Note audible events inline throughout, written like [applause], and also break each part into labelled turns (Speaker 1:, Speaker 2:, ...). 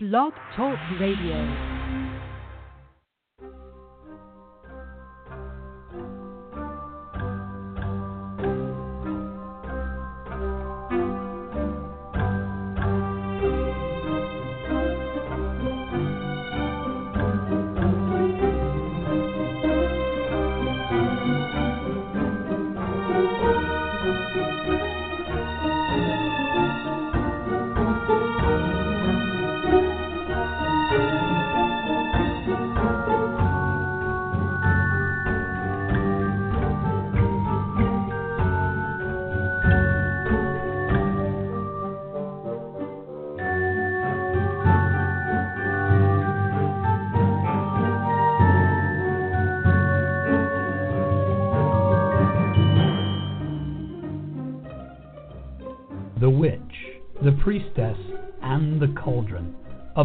Speaker 1: Blog Talk Radio.
Speaker 2: The Witch, The Priestess, and The Cauldron, a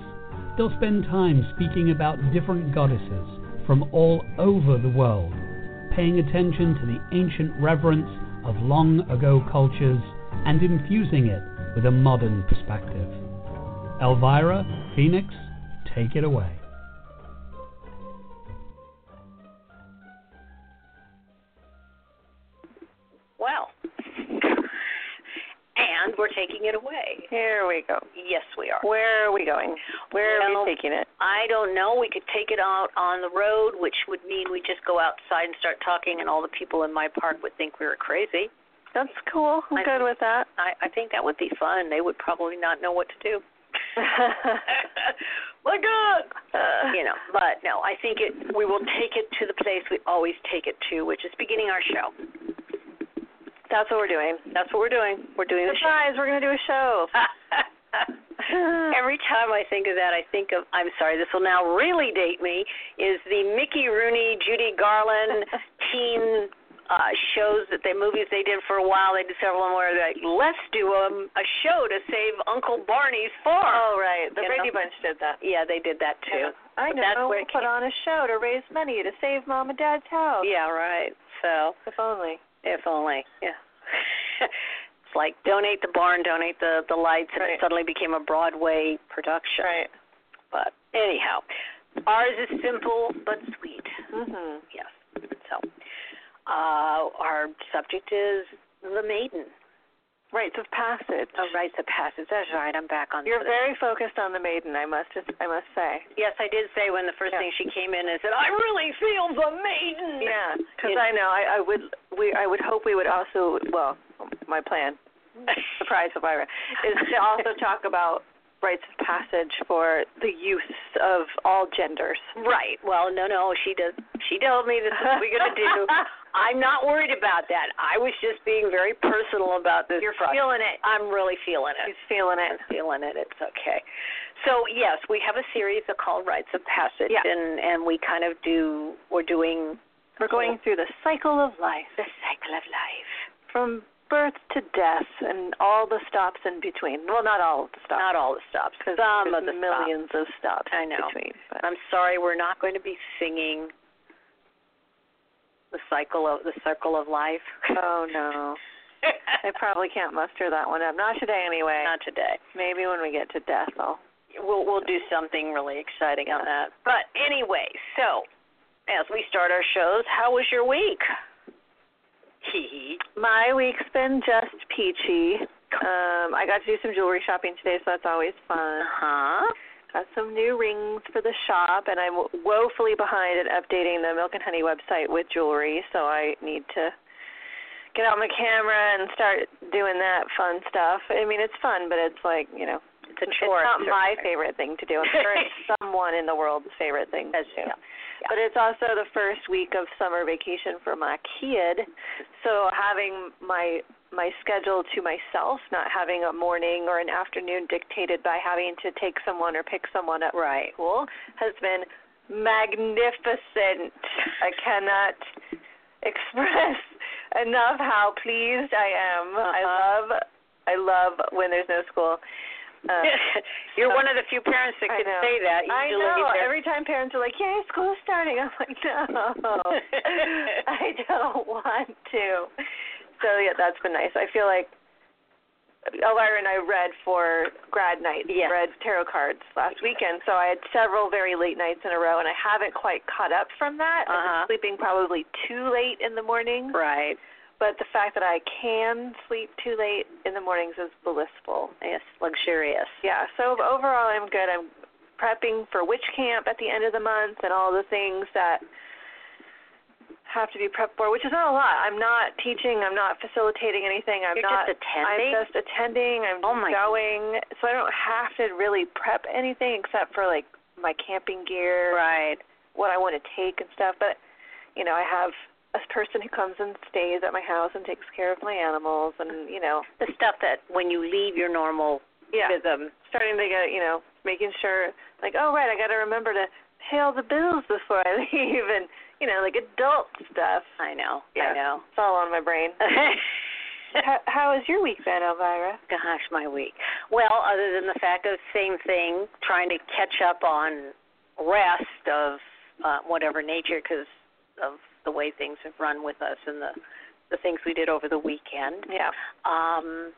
Speaker 2: They'll spend time speaking about different goddesses from all over the world, paying attention to the ancient reverence of long ago cultures and infusing it with a modern perspective. Elvira, Phoenix, take it away.
Speaker 3: Well, and we're taking it away.
Speaker 4: Here we go.
Speaker 3: Yes, we are.
Speaker 4: Where are we going? Where
Speaker 3: Well,
Speaker 4: are we taking it?
Speaker 3: I don't know. We could take it out on the road, which would mean we just go outside and start talking, and all the people in my park would think we were crazy.
Speaker 4: That's cool. I'm
Speaker 3: I-
Speaker 4: good with that.
Speaker 3: I, I think that would be fun. They would probably not know what to
Speaker 4: [laughs]
Speaker 3: do. my God! You know, but no, I think it. We will take it to the place we always take it to, which is beginning our show.
Speaker 4: That's what we're doing.
Speaker 3: That's what we're doing. We're doing the
Speaker 4: [laughs]
Speaker 3: show. [laughs]
Speaker 4: Surprise! We're gonna do a show. [laughs]
Speaker 3: Every time I think of that, I think of I'm sorry, this will now really date me. Is the Mickey Rooney, Judy Garland teen uh, shows that they movies they did for a while? They did several of them where they're like, let's do a, a show to save Uncle Barney's farm.
Speaker 4: oh right, the
Speaker 3: You
Speaker 4: Brady
Speaker 3: know?
Speaker 4: Bunch did that.
Speaker 3: Yeah, they did that too.
Speaker 4: I
Speaker 3: But
Speaker 4: know.
Speaker 3: That's where
Speaker 4: we'll
Speaker 3: it
Speaker 4: put
Speaker 3: came.
Speaker 4: on a show to raise money to save mom and dad's house.
Speaker 3: Yeah, right. So
Speaker 4: If only.
Speaker 3: if only. Yeah. [laughs] it's like donate the barn, donate the the lights, and
Speaker 4: Right.
Speaker 3: it suddenly became a Broadway production.
Speaker 4: Right.
Speaker 3: But anyhow, ours is simple but sweet.
Speaker 4: Mhm.
Speaker 3: Yes. So, uh, our subject is the maiden.
Speaker 4: Rites of passage.
Speaker 3: Oh, rites of passage. That's right. I'm back on.
Speaker 4: You're
Speaker 3: the,
Speaker 4: very focused on the maiden. I must just. I must say.
Speaker 3: Yes, I did say when the first
Speaker 4: Yeah.
Speaker 3: thing she came in is that I really feel the maiden.
Speaker 4: Yeah, because
Speaker 3: It-
Speaker 4: I know I, I would we I would hope we would also well my plan
Speaker 3: [laughs]
Speaker 4: surprise Elvira is to also talk about rites of passage for the youth of all genders.
Speaker 3: Right. Well, no, no. She does. She told me this is what we're
Speaker 4: [laughs]
Speaker 3: gonna do. I'm not worried about that. I was just being very personal about this.
Speaker 4: You're
Speaker 3: project.
Speaker 4: feeling it.
Speaker 3: I'm really feeling it.
Speaker 4: He's feeling
Speaker 3: I'm
Speaker 4: it.
Speaker 3: feeling it. It's okay. So yes, we have a series called Rites of Passage,
Speaker 4: Yeah.
Speaker 3: and and we kind of do. We're doing
Speaker 4: We're going through the cycle of life
Speaker 3: the cycle of life.
Speaker 4: from birth to death and all the stops in between. Well, not all of the stops.
Speaker 3: Not all the stops.
Speaker 4: 'cause
Speaker 3: Some
Speaker 4: there's
Speaker 3: of the stops.
Speaker 4: millions of stops
Speaker 3: I know.
Speaker 4: between. But
Speaker 3: I'm sorry, we're not going to be singing the cycle of the circle
Speaker 4: [laughs]
Speaker 3: of life. [laughs]
Speaker 4: oh no, I probably can't muster that one up. Not today, anyway.
Speaker 3: not today.
Speaker 4: Maybe when we get to death, I'll
Speaker 3: We'll we'll do something really exciting on that. But anyway, so as we start our shows, how was your week? Hee hee.
Speaker 4: My week's been just peachy. Um, I got to do some jewelry shopping today, so that's always fun.
Speaker 3: Uh-huh.
Speaker 4: Got some new rings for the shop, and I'm woefully behind at updating the Milk and Honey website with jewelry, so I need to get out my camera and start doing that fun stuff. I mean, it's fun, but it's like, you know,
Speaker 3: It's a chore.
Speaker 4: it's not [laughs] my
Speaker 3: certainly.
Speaker 4: favorite thing to do. I'm sure it's someone in the world's favorite thing
Speaker 3: That's-
Speaker 4: to do.
Speaker 3: yeah.
Speaker 4: But it's also the first week of summer vacation for my kid, so having my my schedule to myself, not having a morning or an afternoon dictated by having to take someone or pick someone up
Speaker 3: Right.
Speaker 4: from school, has been magnificent. I cannot express enough how pleased I am. I love I love when there's no school. Um,
Speaker 3: Uh, You're
Speaker 4: so-
Speaker 3: one of the few parents that
Speaker 4: I
Speaker 3: can
Speaker 4: know.
Speaker 3: say that.
Speaker 4: I
Speaker 3: Usually
Speaker 4: know.
Speaker 3: they're-
Speaker 4: Every time parents are like, "Yay, school's starting," I'm like, "No,
Speaker 3: [laughs]
Speaker 4: [laughs] I don't want to." So yeah, that's been nice. I feel like Elvira and I read for grad night.
Speaker 3: Yes.
Speaker 4: Read tarot cards last weekend, so I had several very late nights in a row, and I haven't quite caught up from that. I've been
Speaker 3: Uh-huh.
Speaker 4: sleeping probably too late in the morning,
Speaker 3: Right.
Speaker 4: but the fact that I can sleep too late in the mornings is blissful.
Speaker 3: Yes. Luxurious.
Speaker 4: Yeah, so overall I'm good. I'm prepping for witch camp at the end of the month and all the things that have to be prepped for, which is not a lot. I'm not teaching, I'm not facilitating anything. I'm
Speaker 3: You're
Speaker 4: not
Speaker 3: just attending.
Speaker 4: I'm just attending, I'm
Speaker 3: Oh
Speaker 4: just
Speaker 3: my-
Speaker 4: going. So I don't have to really prep anything except for like my camping gear,
Speaker 3: right.
Speaker 4: what I want to take and stuff, but you know, I have a person who comes and stays at my house and takes care of my animals and, you know,
Speaker 3: The stuff that when you leave your normal
Speaker 4: yeah.
Speaker 3: rhythm.
Speaker 4: starting to get you know making sure like oh right i got to remember to pay all the bills before i [laughs] leave and you know like adult stuff
Speaker 3: I know.
Speaker 4: Yeah.
Speaker 3: I know.
Speaker 4: it's all on my brain [laughs]
Speaker 3: [laughs]
Speaker 4: how how has your week been elvira
Speaker 3: Gosh, my week. Well, other than the fact of same thing, trying to catch up on rest of uh, whatever nature because of the way things have run with us and the the things we did over the weekend.
Speaker 4: yeah
Speaker 3: um,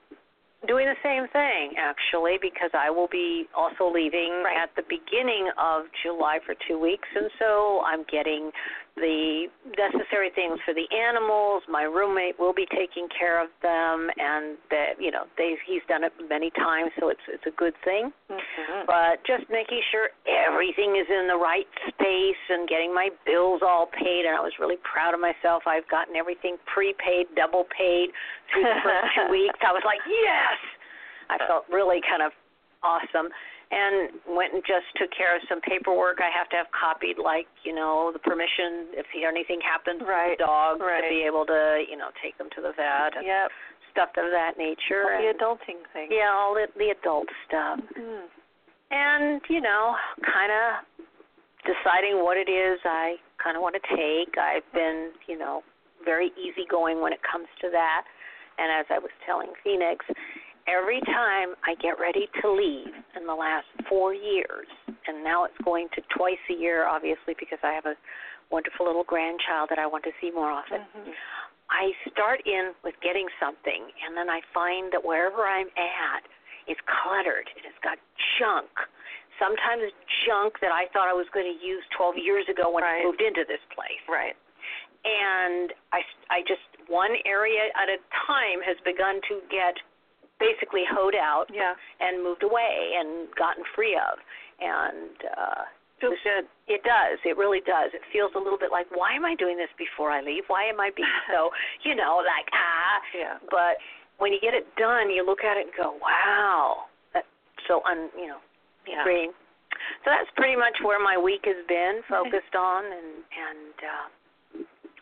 Speaker 3: doing the same thing actually because I will be also leaving
Speaker 4: Right.
Speaker 3: at the beginning of July for two weeks, and so I'm getting the necessary things for the animals. My roommate will be taking care of them, and that you know they he's done it many times, so it's it's a good thing
Speaker 4: mm-hmm.
Speaker 3: but just making sure everything is in the right space and getting my bills all paid and I was really proud of myself. I've gotten everything prepaid, double paid through the first
Speaker 4: [laughs]
Speaker 3: two weeks. I was like, Yes I felt really kind of awesome and went and just took care of some paperwork I have to have copied like, you know, the permission if anything happens
Speaker 4: Right,
Speaker 3: with the dog to
Speaker 4: right.
Speaker 3: be able to, you know, take them to the vet and
Speaker 4: yep
Speaker 3: stuff of that nature.
Speaker 4: all the
Speaker 3: and,
Speaker 4: adulting thing
Speaker 3: yeah, all the, the adult stuff
Speaker 4: Mhm.
Speaker 3: and you know kind of deciding what it is i kind of want to take i've been you know very easygoing when it comes to that and as i was telling phoenix every time i get ready to leave in the last four years and now it's going to twice a year obviously because i have a wonderful little grandchild that i want to see more often
Speaker 4: Mhm.
Speaker 3: I start in with getting something, and then I find that wherever I'm at is cluttered and it's got junk. Sometimes junk that I thought I was going to use 12 years ago when
Speaker 4: Right.
Speaker 3: I moved into this place.
Speaker 4: right
Speaker 3: And I, s- I just, one area at a time has begun to get basically hoed out
Speaker 4: yeah
Speaker 3: and moved away and gotten free of. And uh,
Speaker 4: feels good
Speaker 3: it does. It really does. It feels a little bit like, why am I doing this before I leave? Why am I being
Speaker 4: [laughs]
Speaker 3: so, you know, like, ah?
Speaker 4: yeah
Speaker 3: But when you get it done, you look at it and go, wow, that's so un, you know,
Speaker 4: yeah
Speaker 3: freeing. So that's pretty much where my week has been focused on, and and uh,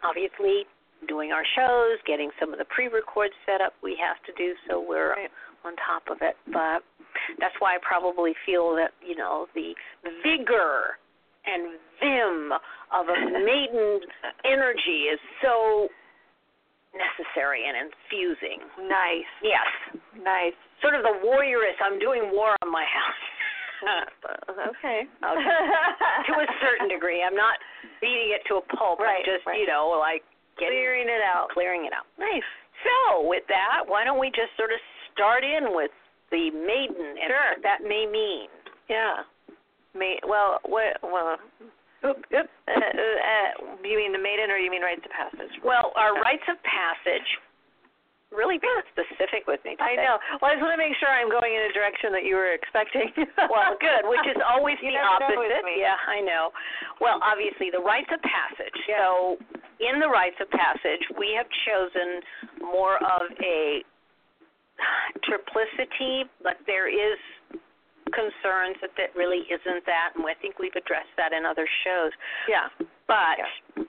Speaker 3: obviously doing our shows, getting some of the pre-records set up we have to do, so we're
Speaker 4: Right.
Speaker 3: on top of it. But that's why I probably feel that you know the vigor and vim of a maiden energy is so necessary and infusing.
Speaker 4: nice
Speaker 3: Yes,
Speaker 4: nice
Speaker 3: sort of the warrioress. I'm doing war on my house. [laughs]
Speaker 4: okay [laughs]
Speaker 3: to a certain degree. I'm not beating it to a pulp.
Speaker 4: Right,
Speaker 3: I'm just,
Speaker 4: right.
Speaker 3: you know, like getting
Speaker 4: clearing it out
Speaker 3: clearing it out.
Speaker 4: nice
Speaker 3: So with that, why don't we just sort of start in with the maiden and
Speaker 4: Sure.
Speaker 3: what that may mean.
Speaker 4: Yeah. Ma- well, what? Well,
Speaker 3: Oop, oop.
Speaker 4: [laughs] uh, uh, you mean the maiden, or you mean rites of passage?
Speaker 3: Well, our rites of passage really being specific with me.
Speaker 4: I
Speaker 3: today.
Speaker 4: know. Well, I just want to make sure I'm going in a direction that you were
Speaker 3: [laughs]
Speaker 4: expecting.
Speaker 3: Well, good, which is always
Speaker 4: You
Speaker 3: the
Speaker 4: never know with
Speaker 3: opposite.
Speaker 4: me.
Speaker 3: Yeah, I know. Well, obviously, the rites of passage.
Speaker 4: Yeah.
Speaker 3: So, in the rites of passage, we have chosen more of a triplicity, but there is concerns that that really isn't that, and I think we've addressed that in other shows.
Speaker 4: Yeah,
Speaker 3: But
Speaker 4: Yeah.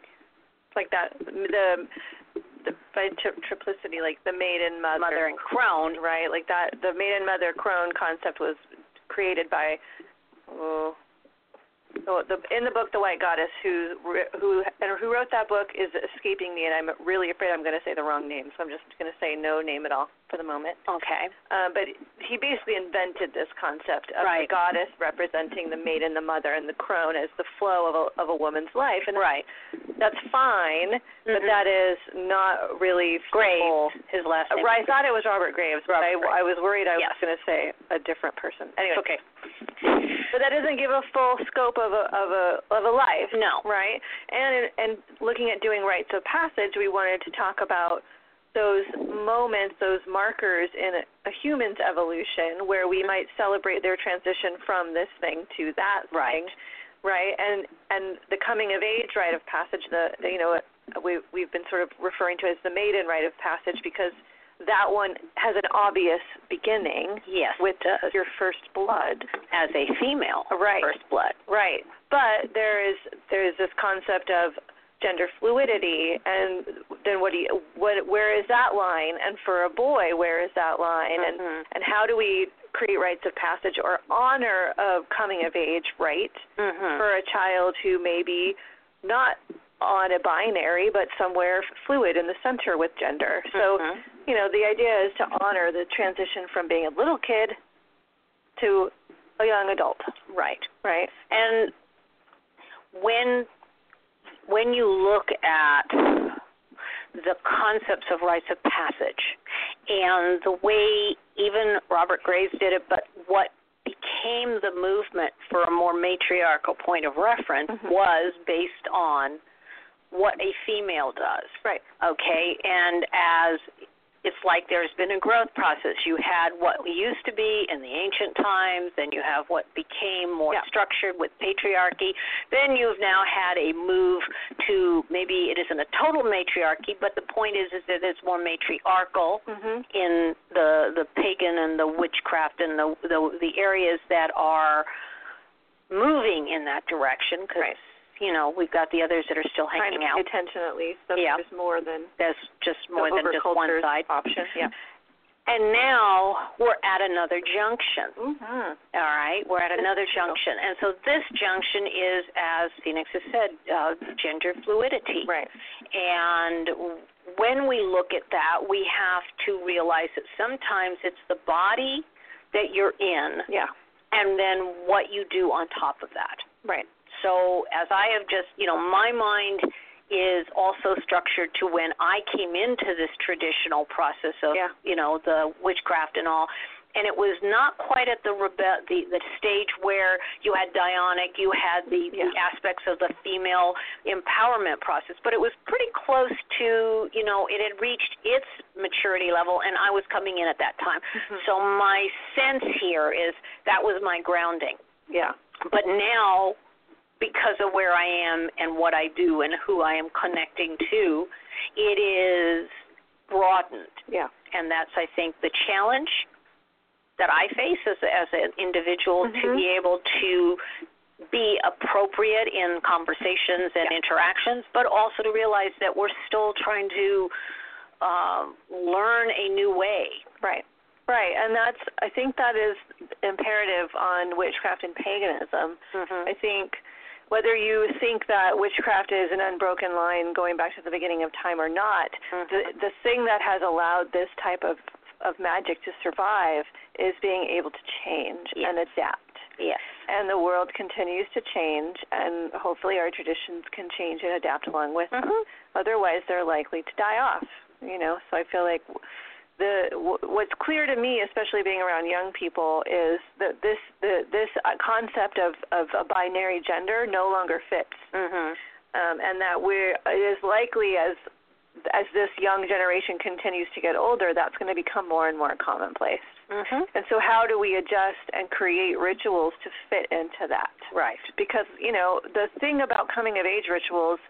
Speaker 4: like that. The the by tri- triplicity, like the maiden mother,
Speaker 3: Mother and crone.
Speaker 4: right? Like that, the maiden mother crone concept was created by oh, the, the in the book The White Goddess, who re- who and who wrote that book is escaping me, and I'm really afraid I'm going to say the wrong name, so I'm just going to say no name at all for the moment.
Speaker 3: Okay.
Speaker 4: Uh, but he basically invented this concept of the
Speaker 3: Right.
Speaker 4: goddess representing the maiden, the mother, and the crone as the flow of a, of a woman's life, and
Speaker 3: Right.
Speaker 4: that's fine, but
Speaker 3: Mhm.
Speaker 4: that is not really full.
Speaker 3: Graves. His last name.
Speaker 4: Right, I thought it was Robert Graves, but I,
Speaker 3: Robert Graves.
Speaker 4: I was worried I
Speaker 3: Yes.
Speaker 4: was going to say a different person. Anyway,
Speaker 3: Okay.
Speaker 4: but that doesn't give a full scope of a of a of a life,
Speaker 3: No.
Speaker 4: right? And and looking at doing rites of passage, we wanted to talk about those moments, those markers in a, a human's evolution where we might celebrate their transition from this thing to that
Speaker 3: Right.
Speaker 4: thing, right? And and the coming of age rite of passage, the, the you know we we've been sort of referring to as the maiden rite of passage because that one has an obvious beginning
Speaker 3: Yes.
Speaker 4: with your first blood.
Speaker 3: as a female.
Speaker 4: Right.
Speaker 3: First blood.
Speaker 4: Right. But there is there is this concept of gender fluidity and then what do you what where is that line and for a boy where is that line and
Speaker 3: Mhm.
Speaker 4: and how do we create rites of passage or honor of coming of age right
Speaker 3: Mhm.
Speaker 4: Mm-hmm. for a child who may be not on a binary but somewhere fluid in the center with gender so
Speaker 3: Mhm.
Speaker 4: you know, the idea is to honor the transition from being a little kid to a young adult,
Speaker 3: right.
Speaker 4: right?
Speaker 3: And when when you look at the concepts of rites of passage and the way even Robert Graves did it, but what became the movement for a more matriarchal point of reference
Speaker 4: Mhm.
Speaker 3: was based on what a female does.
Speaker 4: Right.
Speaker 3: Okay, and as it's like there's been a growth process. You had what used to be in the ancient times, then you have what became more
Speaker 4: Yeah.
Speaker 3: structured with patriarchy. Then you've now had a move to maybe it isn't a total matriarchy, but the point is is that it's more matriarchal
Speaker 4: Mhm.
Speaker 3: in the the pagan and the witchcraft and the the, the areas that are moving in that direction because
Speaker 4: Right.
Speaker 3: you know we've got the others that are still
Speaker 4: Trying to
Speaker 3: hanging
Speaker 4: pay
Speaker 3: out.
Speaker 4: attention at least. That
Speaker 3: Yeah.
Speaker 4: There's more than
Speaker 3: That's just
Speaker 4: the
Speaker 3: more than just one
Speaker 4: overculture's
Speaker 3: side.
Speaker 4: option. Yeah.
Speaker 3: And now we're at another junction.
Speaker 4: Mhm.
Speaker 3: All right, we're at
Speaker 4: That's
Speaker 3: another
Speaker 4: true.
Speaker 3: junction, and so this junction is, as Phoenix has said, uh, gender fluidity.
Speaker 4: Right.
Speaker 3: And w- when we look at that, we have to realize that sometimes it's the body that you're in
Speaker 4: Yeah.
Speaker 3: and then what you do on top of that.
Speaker 4: Right.
Speaker 3: So, as I have just, you know, my mind is also structured to when I came into this traditional process of,
Speaker 4: Yeah.
Speaker 3: you know, the witchcraft and all. And it was not quite at the rebe- the the stage where you had Dionic, you had the, the
Speaker 4: Yeah.
Speaker 3: aspects of the female empowerment process, but it was pretty close to, you know, it had reached its maturity level, and I was coming in at that time.
Speaker 4: Mhm.
Speaker 3: So my sense here is that was my grounding.
Speaker 4: Yeah.
Speaker 3: But now, because of where I am and what I do and who I am connecting to, it is broadened.
Speaker 4: Yeah.
Speaker 3: And that's, I think, the challenge that I face as, as an individual to
Speaker 4: Mhm.
Speaker 3: be able to be appropriate in conversations and
Speaker 4: Yeah.
Speaker 3: interactions, but also to realize that we're still trying to um, learn a new way.
Speaker 4: Right. Right. And that's I think that is imperative on witchcraft and paganism. I think whether you think that witchcraft is an unbroken line going back to the beginning of time or not, the the thing that has allowed this type of of magic to survive is being able to change
Speaker 3: Yes.
Speaker 4: and adapt.
Speaker 3: yes.
Speaker 4: And the world continues to change, and hopefully our traditions can change and adapt along with them.
Speaker 3: Mhm.
Speaker 4: Otherwise, they're likely to die off. You know, so I feel like the w- what's clear to me, especially being around young people, is that this the this uh, concept of of a binary gender no longer fits
Speaker 3: Mhm.
Speaker 4: um, and that we're it is likely as as this young generation continues to get older, that's going to become more and more commonplace.
Speaker 3: Mhm.
Speaker 4: And so, how do we adjust and create rituals to fit into that?
Speaker 3: Right.
Speaker 4: Because you know the thing about coming of age rituals,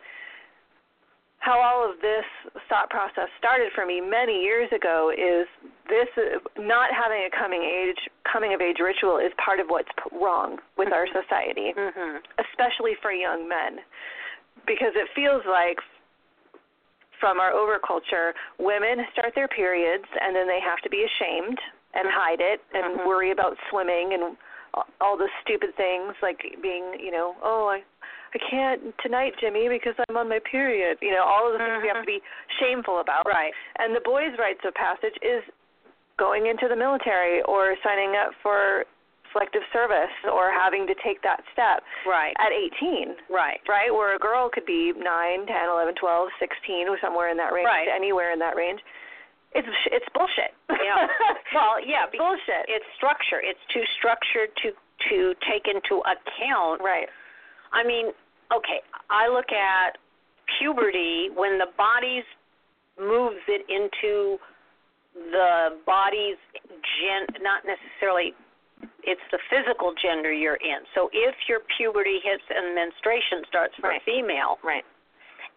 Speaker 4: how all of this thought process started for me many years ago is this uh, not having a coming age coming of age ritual is part of what's p- wrong with our society
Speaker 3: Mhm.
Speaker 4: especially for young men because it feels like from our overculture, women start their periods and then they have to be ashamed and hide it and
Speaker 3: Mhm.
Speaker 4: worry about swimming and all- all the stupid things like being, you know, oh, I I can't tonight, Jimmy, because I'm on my period. You know, all of the things we have to be shameful about.
Speaker 3: Right.
Speaker 4: And the boys' rites of passage is going into the military or signing up for selective service or having to take that step
Speaker 3: Right.
Speaker 4: at 18
Speaker 3: Right.
Speaker 4: right? Where a girl could be 9, 10, 11, 12, 16, or somewhere in that range,
Speaker 3: Right.
Speaker 4: anywhere in that range. It's it's bullshit. [laughs]
Speaker 3: Yeah. Well, yeah,
Speaker 4: It's
Speaker 3: because
Speaker 4: bullshit.
Speaker 3: It's structure. It's too structured to to take into account
Speaker 4: right.
Speaker 3: I mean, okay, I look at puberty when the body's moves it into the body's gen not necessarily it's the physical gender you're in. So if your puberty hits and menstruation starts for
Speaker 4: Right.
Speaker 3: a female
Speaker 4: Right.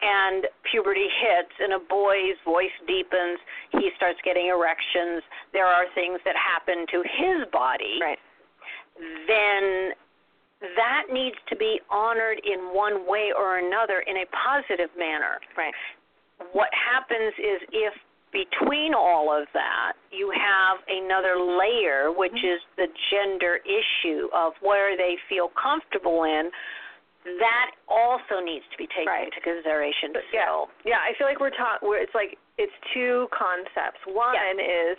Speaker 3: and puberty hits and a boy's voice deepens, he starts getting erections, there are things that happen to his body
Speaker 4: Right.
Speaker 3: then that needs to be honored in one way or another in a positive manner.
Speaker 4: Right.
Speaker 3: What happens is if between all of that you have another layer, which
Speaker 4: Mm-hmm.
Speaker 3: is the gender issue of where they feel comfortable in, that also needs to be taken
Speaker 4: Right.
Speaker 3: into consideration.
Speaker 4: But, yeah.
Speaker 3: so,
Speaker 4: Yeah, I feel like we're taught. We're, it's like it's two concepts. One is,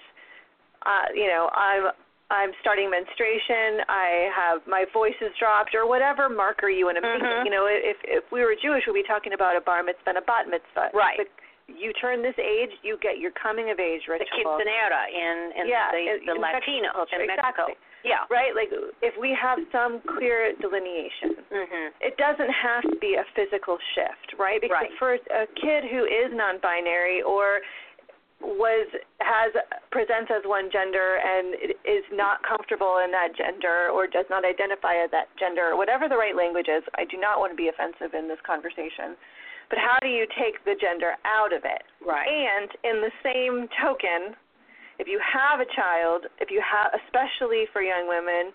Speaker 4: uh, you know, I'm I'm starting menstruation. I have my voice is dropped, or whatever marker you want to pick.
Speaker 3: Mhm.
Speaker 4: You know, if if we were Jewish, we'd be talking about a bar mitzvah and a bat mitzvah.
Speaker 3: Right.
Speaker 4: But you turn this age, you get your coming of age
Speaker 3: the
Speaker 4: ritual.
Speaker 3: quinceanera in, in
Speaker 4: yeah,
Speaker 3: the,
Speaker 4: in-
Speaker 3: the
Speaker 4: in
Speaker 3: Latino
Speaker 4: culture,
Speaker 3: in Mexico.
Speaker 4: exactly.
Speaker 3: Yeah.
Speaker 4: Right. Like if we have some clear delineation
Speaker 3: Mhm.
Speaker 4: it doesn't have to be a physical shift, right? Because
Speaker 3: Right.
Speaker 4: for a kid who is non-binary or was has presents as one gender and is not comfortable in that gender or does not identify as that gender, whatever the right language is, I do not want to be offensive in this conversation. But how do you take the gender out of it?
Speaker 3: Right.
Speaker 4: And in the same token, if you have a child, if you have, especially for young women,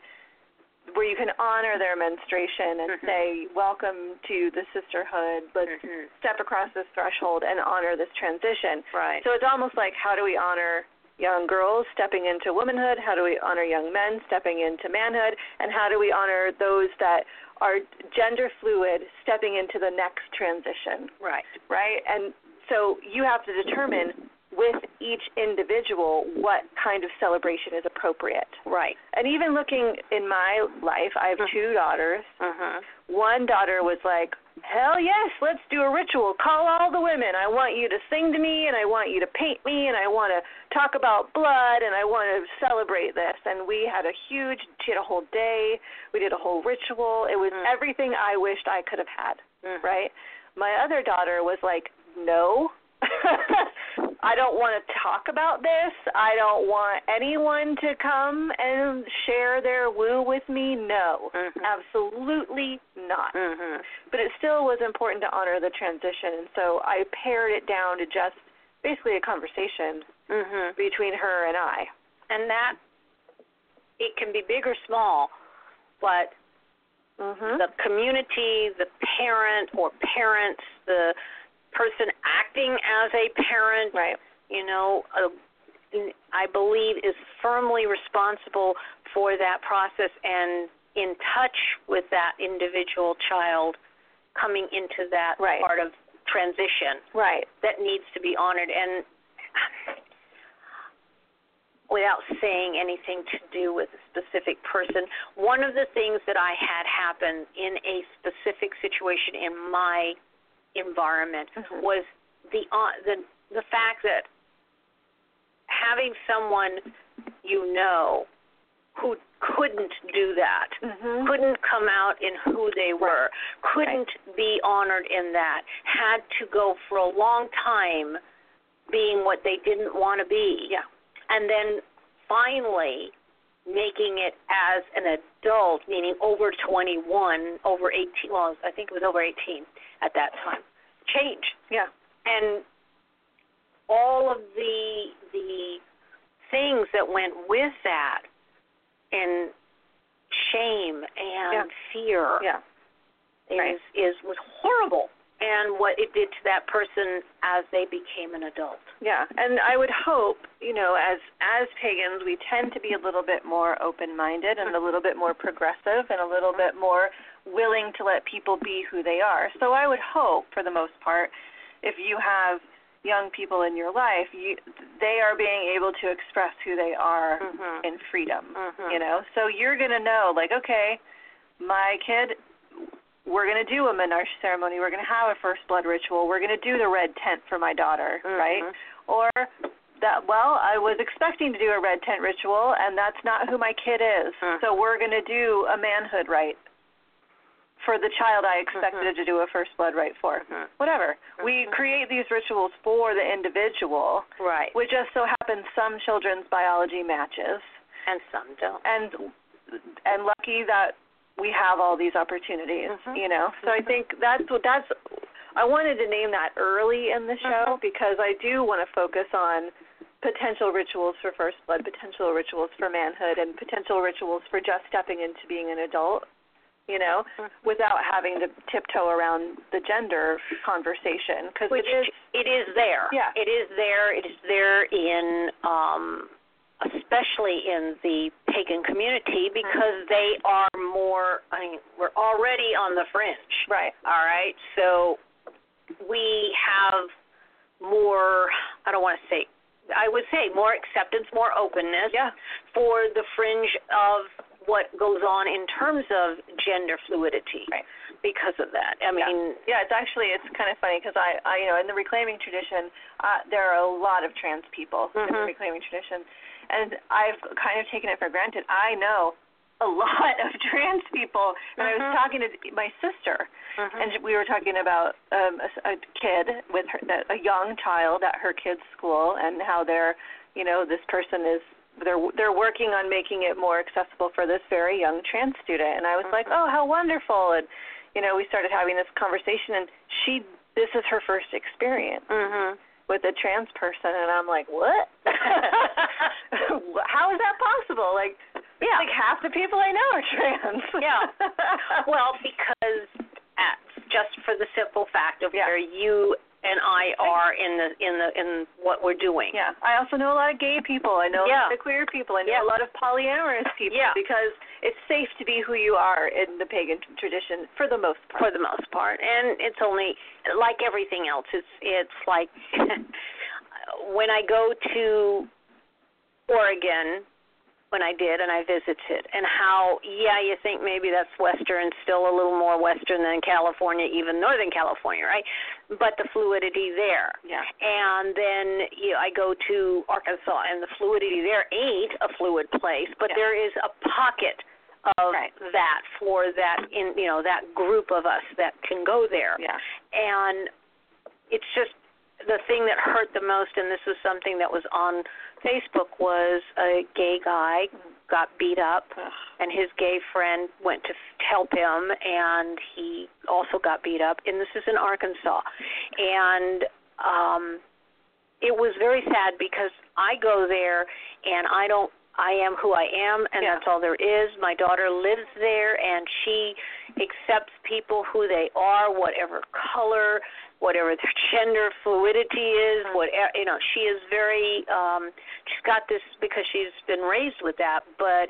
Speaker 4: where you can honor their menstruation and
Speaker 3: Mhm.
Speaker 4: say, "Welcome to the sisterhood. Let's
Speaker 3: Mhm.
Speaker 4: step across this threshold and honor this transition."
Speaker 3: Right.
Speaker 4: So it's almost like, how do we honor young girls stepping into womanhood? How do we honor young men stepping into manhood? And how do we honor those that are gender fluid stepping into the next transition?
Speaker 3: right.
Speaker 4: right? And so you have to determine with each individual what kind of celebration is appropriate.
Speaker 3: Right.
Speaker 4: And even looking in my life, I have two daughters.
Speaker 3: Mhm.
Speaker 4: One daughter was like, Hell yes, let's do a ritual. Call all the women. I want you to sing to me, and I want you to paint me, and I want to talk about blood, and I want to celebrate this. And we had a huge, she had a whole day. We did a whole ritual. It was
Speaker 3: Mm.
Speaker 4: everything I wished I could have had
Speaker 3: Mhm.
Speaker 4: right? My other daughter was like, "No. [laughs] I don't want to talk about this. I don't want anyone to come and share their woo with me. No.
Speaker 3: Mhm.
Speaker 4: Absolutely not."
Speaker 3: Mhm.
Speaker 4: But it still was important to honor the transition, and so I pared it down to just basically a conversation
Speaker 3: Mhm.
Speaker 4: between her and I.
Speaker 3: And that it can be big or small, but
Speaker 4: Mhm.
Speaker 3: the community, the parent or parents, the person acting as a parent,
Speaker 4: right.
Speaker 3: you know, uh, I believe is firmly responsible for that process and in touch with that individual child coming into that
Speaker 4: Right.
Speaker 3: part of transition.
Speaker 4: Right.
Speaker 3: that needs to be honored and without saying anything to do with a specific person one of the things that i had happen in a specific situation in my environment
Speaker 4: Mhm.
Speaker 3: was the uh, the the fact that having someone you know who couldn't do that
Speaker 4: Mhm.
Speaker 3: couldn't come out in who they were, couldn't be honored in that, had to go for a long time being what they didn't want to be.
Speaker 4: Yeah.
Speaker 3: And then finally making it as an adult, meaning over 21, over 18, well, I think it was over 18 at that time, change.
Speaker 4: Yeah.
Speaker 3: And all of the the things that went with that and shame and
Speaker 4: Yeah.
Speaker 3: fear
Speaker 4: Yeah.
Speaker 3: is
Speaker 4: Right.
Speaker 3: is was horrible and what it did to that person as they became an adult.
Speaker 4: Yeah, and I would hope, you know, as as pagans, we tend to be a little bit more open-minded and a little bit more progressive and a little bit more willing to let people be who they are. So I would hope, for the most part, if you have young people in your life, you, they are being able to express who they are
Speaker 3: Mhm.
Speaker 4: in freedom.
Speaker 3: Mhm.
Speaker 4: You know, so you're gonna know, like, okay, my kid we're going to do a menarche ceremony. We're going to have a first blood ritual. We're going to do the red tent for my daughter, right? Or that well, I was expecting to do a red tent ritual and that's not who my kid is.
Speaker 3: Mhm.
Speaker 4: So we're going to do a manhood rite for the child I expected
Speaker 3: Mhm.
Speaker 4: to do a first blood rite for.
Speaker 3: Mhm.
Speaker 4: Whatever. We
Speaker 3: Mhm.
Speaker 4: create these rituals for the individual,
Speaker 3: Right.
Speaker 4: which just so happens some children's biology matches
Speaker 3: And some don't.
Speaker 4: and and lucky that we have all these opportunities
Speaker 3: Mhm.
Speaker 4: you know so i think that's what that's i wanted to name that early in the show
Speaker 3: Mhm.
Speaker 4: because i do want to focus on potential rituals for first blood potential rituals for manhood and potential rituals for just stepping into being an adult you know
Speaker 3: Mhm.
Speaker 4: without having to tiptoe around the gender conversation because
Speaker 3: Which
Speaker 4: it is
Speaker 3: it is there.
Speaker 4: Yeah.
Speaker 3: It is there. It is there in um especially in the pagan community because they are more I mean, we're already on the fringe.
Speaker 4: right
Speaker 3: All right. So we have more I don't want to say I would say more acceptance, more openness
Speaker 4: yeah
Speaker 3: for the fringe of what goes on in terms of gender fluidity
Speaker 4: Right.
Speaker 3: because of that. I
Speaker 4: Yeah.
Speaker 3: mean,
Speaker 4: Yeah, it's actually it's kind of funny because I, I you know in the reclaiming tradition uh, there are a lot of trans people in the
Speaker 3: Mhm.
Speaker 4: reclaiming tradition, and I've kind of taken it for granted. I know a [laughs] lot of trans people, and I was
Speaker 3: Mhm.
Speaker 4: talking to my sister, and we were talking about um, a, a kid with her, that, a young child at her kid's school, and how they're, you know, this person is they're they're working on making it more accessible for this very young trans student, and I was
Speaker 3: Mm-hmm.
Speaker 4: like, oh, how wonderful, and you know, we started having this conversation, and she this is her first experience
Speaker 3: mhm.
Speaker 4: with a trans person, and I'm like, what? [laughs] how is that possible? Like,
Speaker 3: Yeah.
Speaker 4: like half the people I know are trans.
Speaker 3: Yeah. [laughs] well, because at, just for the simple fact of
Speaker 4: Yeah.
Speaker 3: where you and I are in the in the in what we're doing.
Speaker 4: Yeah, I also know a lot of gay people. I know
Speaker 3: Yeah.
Speaker 4: the queer people. I know
Speaker 3: Yeah.
Speaker 4: a lot of polyamorous people
Speaker 3: Yeah.
Speaker 4: because it's safe to be who you are in the pagan t- tradition for the most part.
Speaker 3: for the most part and it's only like everything else it's it's like [laughs] when i go to oregon when i did and i visited and how yeah you think maybe that's western still a little more western than california even northern california right but the fluidity there
Speaker 4: Yeah.
Speaker 3: and then you know, I go to Arkansas, and the fluidity there ain't a fluid place, but
Speaker 4: Yeah.
Speaker 3: there is a pocket of
Speaker 4: Right.
Speaker 3: that for that in you know that group of us that can go there,
Speaker 4: Yeah.
Speaker 3: and it's just the thing that hurt the most, and this was something that was on Facebook was a gay guy got beat up and his gay friend went to f- help him and he also got beat up and this is in Arkansas and um it was very sad because I go there and I don't I am who I am and
Speaker 4: Yeah.
Speaker 3: that's all there is my daughter lives there and she accepts people who they are whatever color whatever their [laughs] gender fluidity is whatever you know she is very um she's got this because she's been raised with that but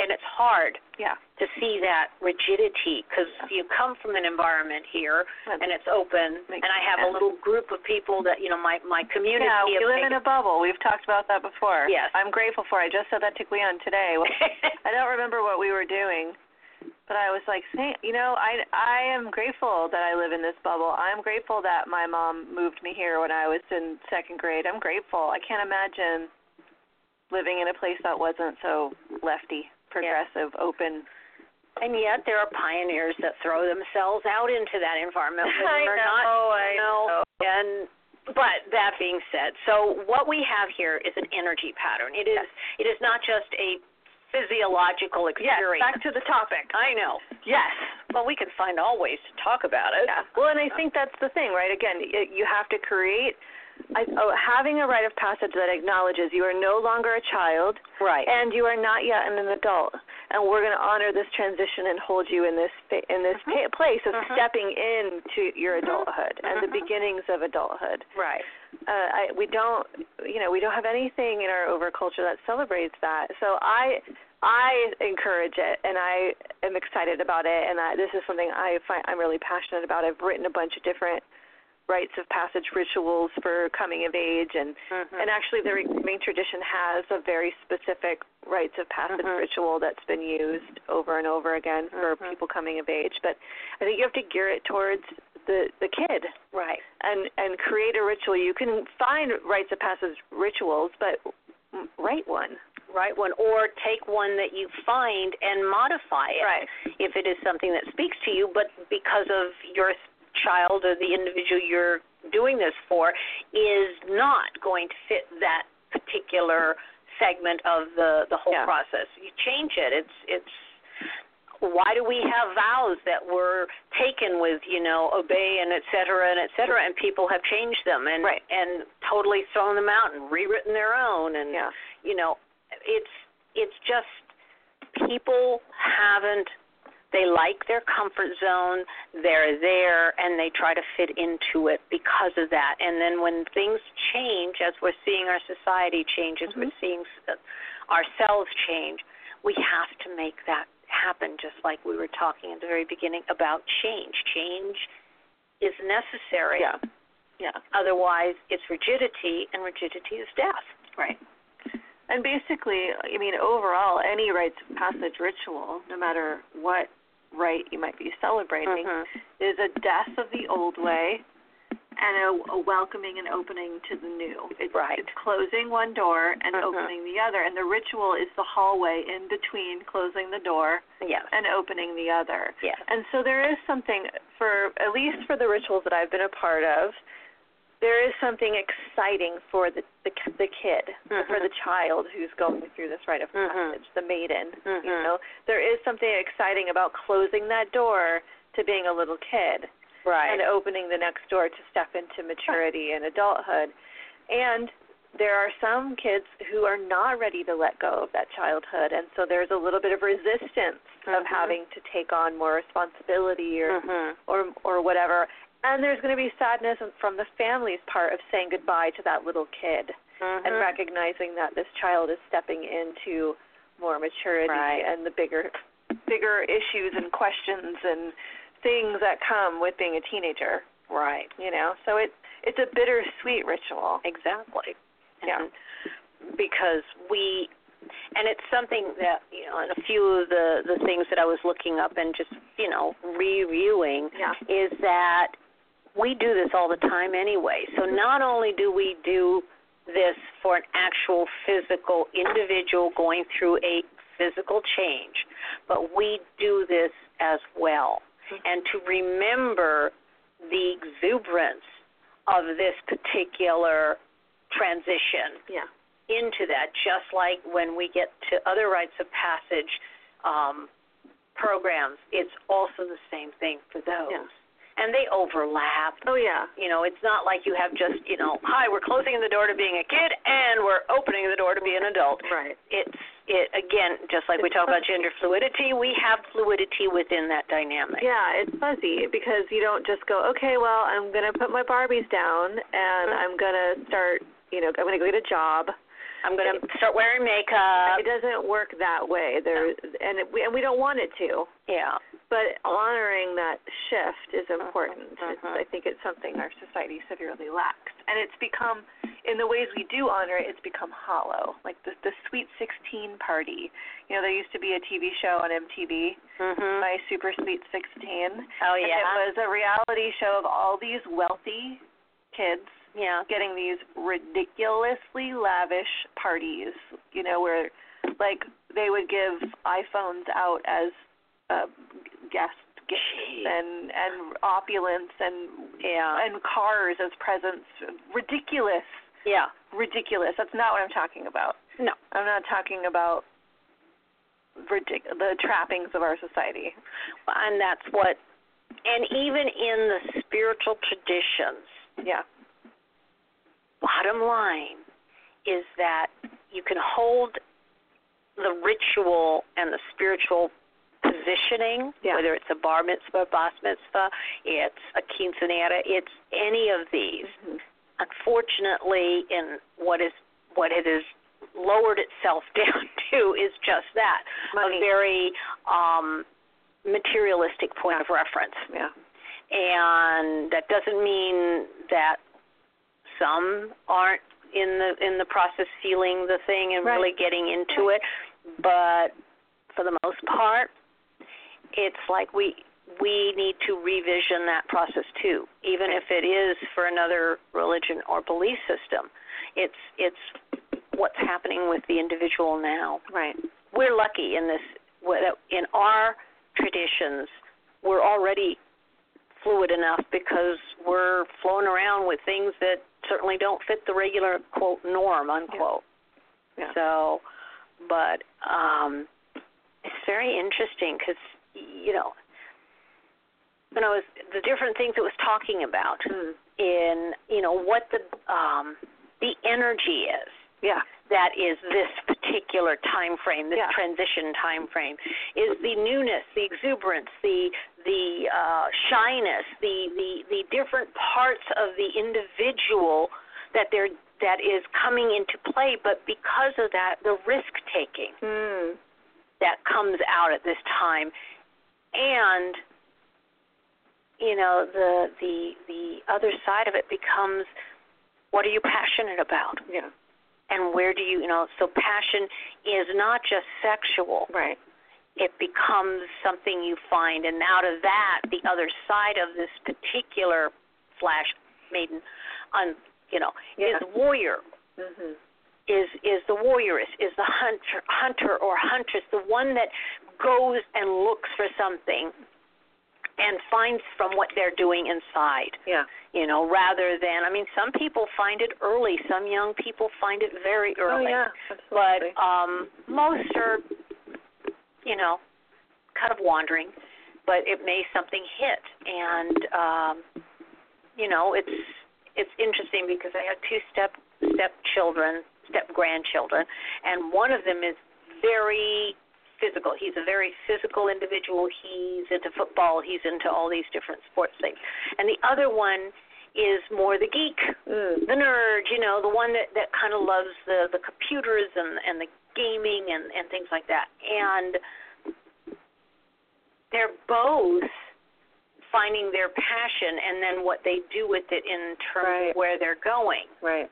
Speaker 3: and it's hard
Speaker 4: Yeah.
Speaker 3: to see that rigidity because you come from an environment here and it's open
Speaker 4: Makes
Speaker 3: and I have a
Speaker 4: sense.
Speaker 3: little group of people that you know my my community
Speaker 4: yeah, we
Speaker 3: of
Speaker 4: live in a bubble. We've talked about that before.
Speaker 3: Yes.
Speaker 4: I'm grateful for. it. I just said that to Cleon today. I don't remember what we were doing, but I was like, "Thank- you know, I I am grateful that I live in this bubble. I'm grateful that my mom moved me here when I was in second grade. I'm grateful. I can't imagine living in a place that wasn't so lefty, progressive, open.
Speaker 3: [laughs] and yet there are pioneers that throw themselves out into that environment whether
Speaker 4: [laughs] I
Speaker 3: or
Speaker 4: know,
Speaker 3: not
Speaker 4: I
Speaker 3: you know and but that being said, so what we have here is an energy pattern. It is it is not just a physiological
Speaker 4: Yes,
Speaker 3: experience.
Speaker 4: back to the topic.
Speaker 3: I know.
Speaker 4: Yes.
Speaker 3: Well, we can find all ways to talk about it.
Speaker 4: Yeah. Well, and I think that's the thing, right? Again, y- you have to create I, oh, having a rite of passage that acknowledges you are no longer a child
Speaker 3: Right.
Speaker 4: and you are not yet an adult. and we're going to honor this transition and hold you in this pa- in this pa- place of stepping into your adulthood and the beginnings of adulthood.
Speaker 3: Right.
Speaker 4: Uh, I, we don't, you know, we don't have anything in our overculture that celebrates that. So I, I encourage it, and I am excited about it, and I, this is something I find I'm really passionate about. I've written a bunch of different rites of passage rituals for coming of age and
Speaker 3: Mm-hmm.
Speaker 4: and actually the recruiting tradition has a very specific rites of passage ritual that's been used over and over again for people coming of age but i think you have to gear it towards the the kid
Speaker 3: Right.
Speaker 4: and and create a ritual you can find rites of passage rituals but m- write one
Speaker 3: Right one, or take one that you find and modify it if it is something that speaks to you, but because of your child or the individual you're doing this for is not going to fit that particular segment of the the whole
Speaker 4: Yeah.
Speaker 3: process. You change it. It's it's why do we have vows that were taken with you know obey and et cetera and et cetera and people have changed them and
Speaker 4: Right.
Speaker 3: and totally thrown them out and rewritten their own and
Speaker 4: yeah
Speaker 3: you know it's it's just people haven't they like their comfort zone they're there and they try to fit into it because of that and then when things change as we're seeing our society change as we're
Speaker 4: Mm-hmm.
Speaker 3: seeing s- uh, ourselves change we have to make that happen just like we were talking at the very beginning about change change is necessary
Speaker 4: yeah yeah
Speaker 3: otherwise it's rigidity and rigidity is death
Speaker 4: Right. And basically, I mean, overall, any rites of passage ritual, no matter what rite you might be celebrating, is a death of the old way and a, a welcoming and opening to the new. It's,
Speaker 3: Right.
Speaker 4: it's closing one door and
Speaker 3: Mhm.
Speaker 4: opening the other. And the ritual is the hallway in between closing the door
Speaker 3: yes
Speaker 4: and opening the other.
Speaker 3: yes
Speaker 4: And so there is something for at least for the rituals that I've been a part of, there is something exciting for the the, the kid, for
Speaker 3: Mm-hmm.
Speaker 4: the child who's going through this rite of
Speaker 3: Mhm.
Speaker 4: passage, the maiden.
Speaker 3: Mhm.
Speaker 4: You know, there is something exciting about closing that door to being a little kid
Speaker 3: right
Speaker 4: and opening the next door to step into maturity and adulthood. And there are some kids who are not ready to let go of that childhood, and so there's a little bit of resistance of
Speaker 3: Mhm.
Speaker 4: having to take on more responsibility or
Speaker 3: Mhm.
Speaker 4: or or whatever. And there's going to be sadness from the family's part of saying goodbye to that little kid and
Speaker 3: Mhm.
Speaker 4: recognizing that this child is stepping into more maturity
Speaker 3: Right.
Speaker 4: and the bigger bigger issues and questions and things that come with being a teenager
Speaker 3: Right.
Speaker 4: you know so it it's a bittersweet ritual
Speaker 3: Exactly.
Speaker 4: Yeah.
Speaker 3: And Because we, and it's something that you know, and a few of the the things that I was looking up and just you know reviewing
Speaker 4: yeah
Speaker 3: is that we do this all the time anyway. So not only do we do this for an actual physical individual going through a physical change, but we do this as well. And to remember the exuberance of this particular transition
Speaker 4: yeah
Speaker 3: into that, just like when we get to other rites of passage um, programs, it's also the same thing for those.
Speaker 4: Yeah.
Speaker 3: And they overlap.
Speaker 4: oh yeah
Speaker 3: You know, it's not like you have just, you know, hi, we're closing the door to being a kid and we're opening the door to be an adult.
Speaker 4: right
Speaker 3: It's it again, just like we talk about gender fluidity, we have fluidity within that dynamic.
Speaker 4: yeah it's fuzzy because you don't just go okay well i'm going to put my barbies down and i'm going to start you know i'm going to go get a job
Speaker 3: I'm gonna start wearing makeup.
Speaker 4: it doesn't work that way there and it, we and we don't want it to
Speaker 3: Yeah.
Speaker 4: but honoring that shift is
Speaker 3: Uh-huh.
Speaker 4: important. It's,
Speaker 3: mhm.
Speaker 4: I think it's something our society severely lacks, and it's become, in the ways we do honor it, it's become hollow. Like the the Sweet 16 party. You know, there used to be a TV show on MTV,
Speaker 3: Mhm.
Speaker 4: My Super Sweet 16,
Speaker 3: Oh
Speaker 4: and it
Speaker 3: yeah.
Speaker 4: was a reality show of all these wealthy kids
Speaker 3: Yeah.
Speaker 4: getting these ridiculously lavish parties, you know, where like they would give iPhones out as uh, guest gifts
Speaker 3: Jeez.
Speaker 4: and and opulence and
Speaker 3: Yeah.
Speaker 4: and cars as presents. Ridiculous,
Speaker 3: Yeah.
Speaker 4: ridiculous. That's not what I'm talking about.
Speaker 3: No.
Speaker 4: I'm not talking about ridic- the trappings of our society.
Speaker 3: and that's what and even in the spiritual traditions
Speaker 4: Yeah.
Speaker 3: bottom line is that you can hold the ritual and the spiritual positioning,
Speaker 4: Yeah.
Speaker 3: whether it's a bar mitzvah, bas mitzvah, it's a quinceanera, it's any of these. Unfortunately, in what is what it has lowered itself [laughs] down to is just that
Speaker 4: Money.
Speaker 3: a very um, materialistic point of reference,
Speaker 4: Yeah.
Speaker 3: and that doesn't mean that some aren't in the in the process feeling the thing and
Speaker 4: Right.
Speaker 3: really getting into it but for the most part it's like we we need to revision that process too even if it is for another religion or belief system it's it's what's happening with the individual now
Speaker 4: Right.
Speaker 3: we're lucky in this whether- in our traditions we're already fluid enough because we're flown around with things that certainly don't fit the regular quote norm unquote
Speaker 4: Yeah.
Speaker 3: so but um it's very interesting because you know when i was the different things it was talking about
Speaker 4: Hmm.
Speaker 3: in you know what the um the energy is
Speaker 4: Yeah.
Speaker 3: that is this particular time frame, this
Speaker 4: Yeah.
Speaker 3: transition time frame, is the newness, the exuberance, the the uh, shyness, the, the the different parts of the individual that they're that is coming into play, but because of that, the risk taking
Speaker 4: Mm.
Speaker 3: that comes out at this time, and you know the the the other side of it becomes what are you passionate about?
Speaker 4: Yeah.
Speaker 3: and where do you you know so passion is not just sexual
Speaker 4: Right.
Speaker 3: it becomes something you find and out of that the other side of this particular flash maiden on you know
Speaker 4: Yeah.
Speaker 3: is warrior
Speaker 4: Mhm.
Speaker 3: is is the warrioress, is the hunter hunter or huntress, the one that goes and looks for something and finds from what they're doing inside.
Speaker 4: Yeah.
Speaker 3: You know, rather than I mean some people find it early, some young people find it very early.
Speaker 4: Oh yeah.
Speaker 3: But
Speaker 4: Absolutely.
Speaker 3: um most are you know, kind of wandering, but it may something hit and um you know, it's it's interesting because I have two step step children, step grandchildren, and one of them is very physical. He's a very physical individual. He's into football, he's into all these different sports things. And the other one is more the geek
Speaker 4: mm.
Speaker 3: the nerd, you know, the one that that kind of loves the the computers and and the gaming and and things like that. And they're both finding their passion and then what they do with it in terms
Speaker 4: Right.
Speaker 3: of where they're going.
Speaker 4: Right.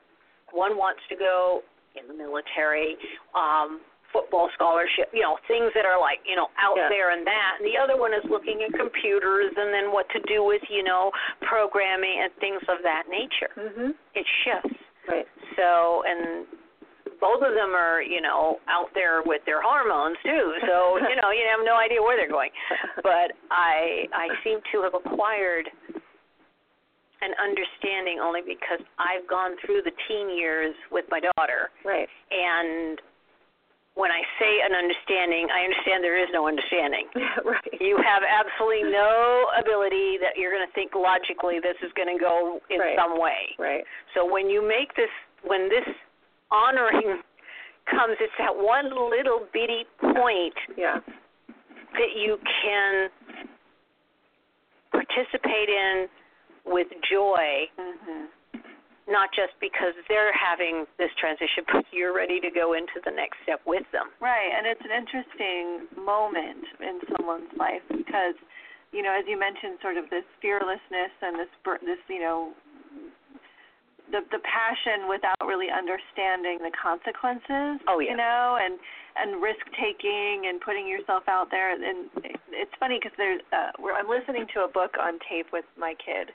Speaker 3: One wants to go in the military, um football scholarship, you know, things that are like, you know, out
Speaker 4: Yeah.
Speaker 3: there and that. And the other one is looking at computers and then what to do with, you know, programming and things of that nature.
Speaker 4: Mhm.
Speaker 3: It shifts.
Speaker 4: [laughs] Right.
Speaker 3: So, and both of them are, you know, out there with their hormones too. So, you know, you have no idea where they're going. But I I seem to have acquired an understanding only because I've gone through the teen years with my daughter
Speaker 4: Right. [laughs]
Speaker 3: and when I say an understanding, I understand there is no understanding.
Speaker 4: right.
Speaker 3: You have absolutely no ability that you're going to think logically this is going to go in
Speaker 4: Right.
Speaker 3: some way.
Speaker 4: Right.
Speaker 3: So when you make this, when this honoring [laughs] comes, it's that one little bitty point
Speaker 4: Yeah. [laughs]
Speaker 3: that you can participate in with joy,
Speaker 4: Mhm.
Speaker 3: not just because they're having this transition, [laughs] but you're ready to go into the next step with them.
Speaker 4: Right, and it's an interesting moment in someone's life because, you know, as you mentioned, sort of this fearlessness and this bur- this you know, the the passion without really understanding the consequences.
Speaker 3: Oh, yeah.
Speaker 4: You know, and and risk taking and putting yourself out there. And it- it's funny because there's uh, we're, I'm listening to a book on tape with my kid,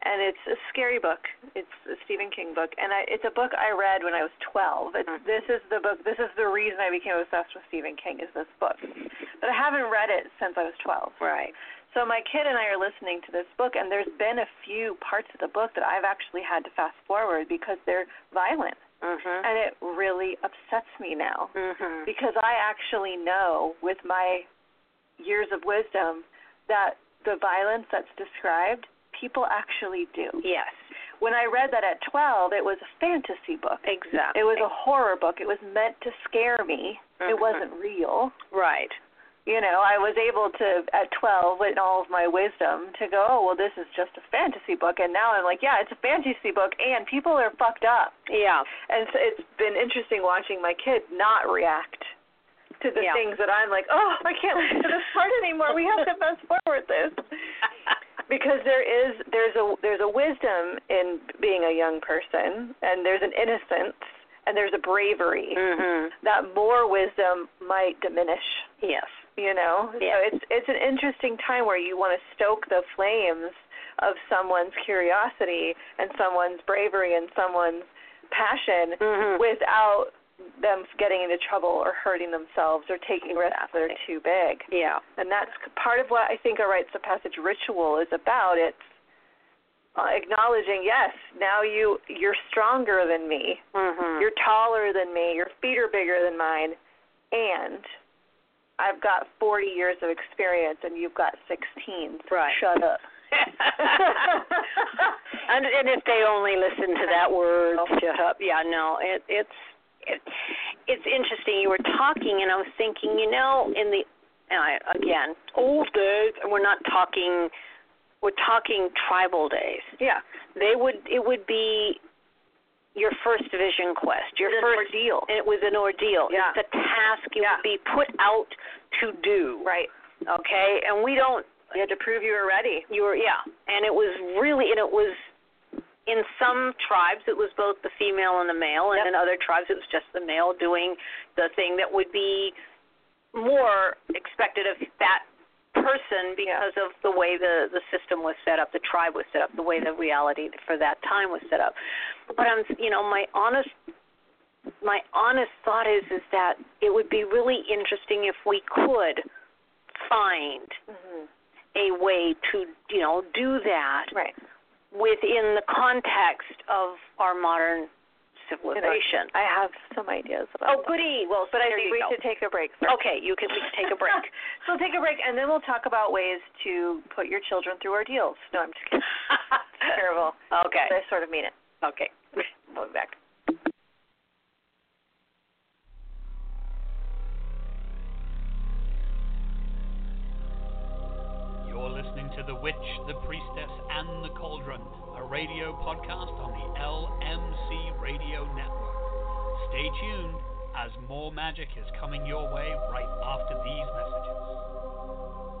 Speaker 4: and it's a scary book. It's a Stephen King book, and I, it's a book I read when I was 12. It's,
Speaker 3: Mhm.
Speaker 4: This is the book. This is the reason I became obsessed with Stephen King is this book, but I haven't read it since I was 12.
Speaker 3: Right.
Speaker 4: So my kid and I are listening to this book, and there's been a few parts of the book that I've actually had to fast forward because they're violent,
Speaker 3: Mhm.
Speaker 4: and Mm-hmm. it really upsets me now
Speaker 3: Mhm.
Speaker 4: because I actually know with my years of wisdom that the violence that's described people actually do
Speaker 3: Yes.
Speaker 4: when I read that at 12, it was a fantasy book.
Speaker 3: Exactly.
Speaker 4: It was a horror book. It was meant to scare me. It
Speaker 3: Mhm.
Speaker 4: wasn't real.
Speaker 3: right.
Speaker 4: You know, I was able to at 12 with all of my wisdom to go, "Oh, well this is just a fantasy book." And now I'm like, "Yeah, it's a fantasy book and people are fucked up." [laughs]
Speaker 3: Yeah.
Speaker 4: And so it's been interesting watching my kid not react to the
Speaker 3: Yeah.
Speaker 4: things that I'm like, "Oh, I can't listen to this part anymore. We have to fast forward this." because there is there's a there's a wisdom in being a young person and there's an innocence and there's a bravery
Speaker 3: mhm.
Speaker 4: that more wisdom might diminish
Speaker 3: Yes.
Speaker 4: you know
Speaker 3: Yeah.
Speaker 4: so it's it's an interesting time where you want to stoke the flames of someone's curiosity and someone's bravery and someone's passion
Speaker 3: Mhm.
Speaker 4: without them getting into trouble or hurting themselves or taking risks that are
Speaker 3: Exactly.
Speaker 4: too big
Speaker 3: Yeah.
Speaker 4: and that's c- part of what I think a rites of passage ritual is about. It's uh, acknowledging, yes, now you you're stronger than me,
Speaker 3: Mhm.
Speaker 4: you're taller than me, your feet are bigger than mine, and I've got 40 years of experience and you've got 16. So
Speaker 3: Right.
Speaker 4: Shut up.
Speaker 3: [laughs] and, and if they only listen to that word,
Speaker 4: Oh.
Speaker 3: shut up. Yeah, no, it, it's it, it's interesting. You were talking, and I was thinking, you know, in the and I, again old days, we're not talking, we're talking tribal days.
Speaker 4: Yeah.
Speaker 3: They would it would be your first vision quest, your
Speaker 4: It's an
Speaker 3: first
Speaker 4: ordeal.
Speaker 3: and it was an ordeal.
Speaker 4: Yeah.
Speaker 3: It's a task. It
Speaker 4: Yeah.
Speaker 3: would be put out to do.
Speaker 4: Right.
Speaker 3: Okay, and we don't
Speaker 4: You had to prove you were ready.
Speaker 3: you were yeah and it was really and it was in some tribes it was both the female and the male and
Speaker 4: Yep.
Speaker 3: in other tribes it was just the male doing the thing that would be more expected of that person because of the way the the system was set up the tribe was set up the way the reality for that time was set up but i'm you know my honest my honest thought is is that it would be really interesting if we could find
Speaker 4: hmm
Speaker 3: a way to you know do that
Speaker 4: Right.
Speaker 3: within the context of our modern civilization.
Speaker 4: I have some ideas about
Speaker 3: oh, goody! Well, so
Speaker 4: But I
Speaker 3: there
Speaker 4: think
Speaker 3: you
Speaker 4: we
Speaker 3: go.
Speaker 4: should take a [laughs] break first.
Speaker 3: okay, you can we can take a [laughs] break.
Speaker 4: [laughs] so take a break, and then we'll talk about ways to put your children through ordeals. No, I'm just [laughs] kidding. Terrible.
Speaker 3: okay,
Speaker 4: I sort of mean it.
Speaker 3: okay.
Speaker 4: We'll be back.
Speaker 2: You're listening to The Witch, The Priestess, and The Cauldron, a radio podcast on the LMC Radio Network. Stay tuned as more magic is coming your way right after these messages.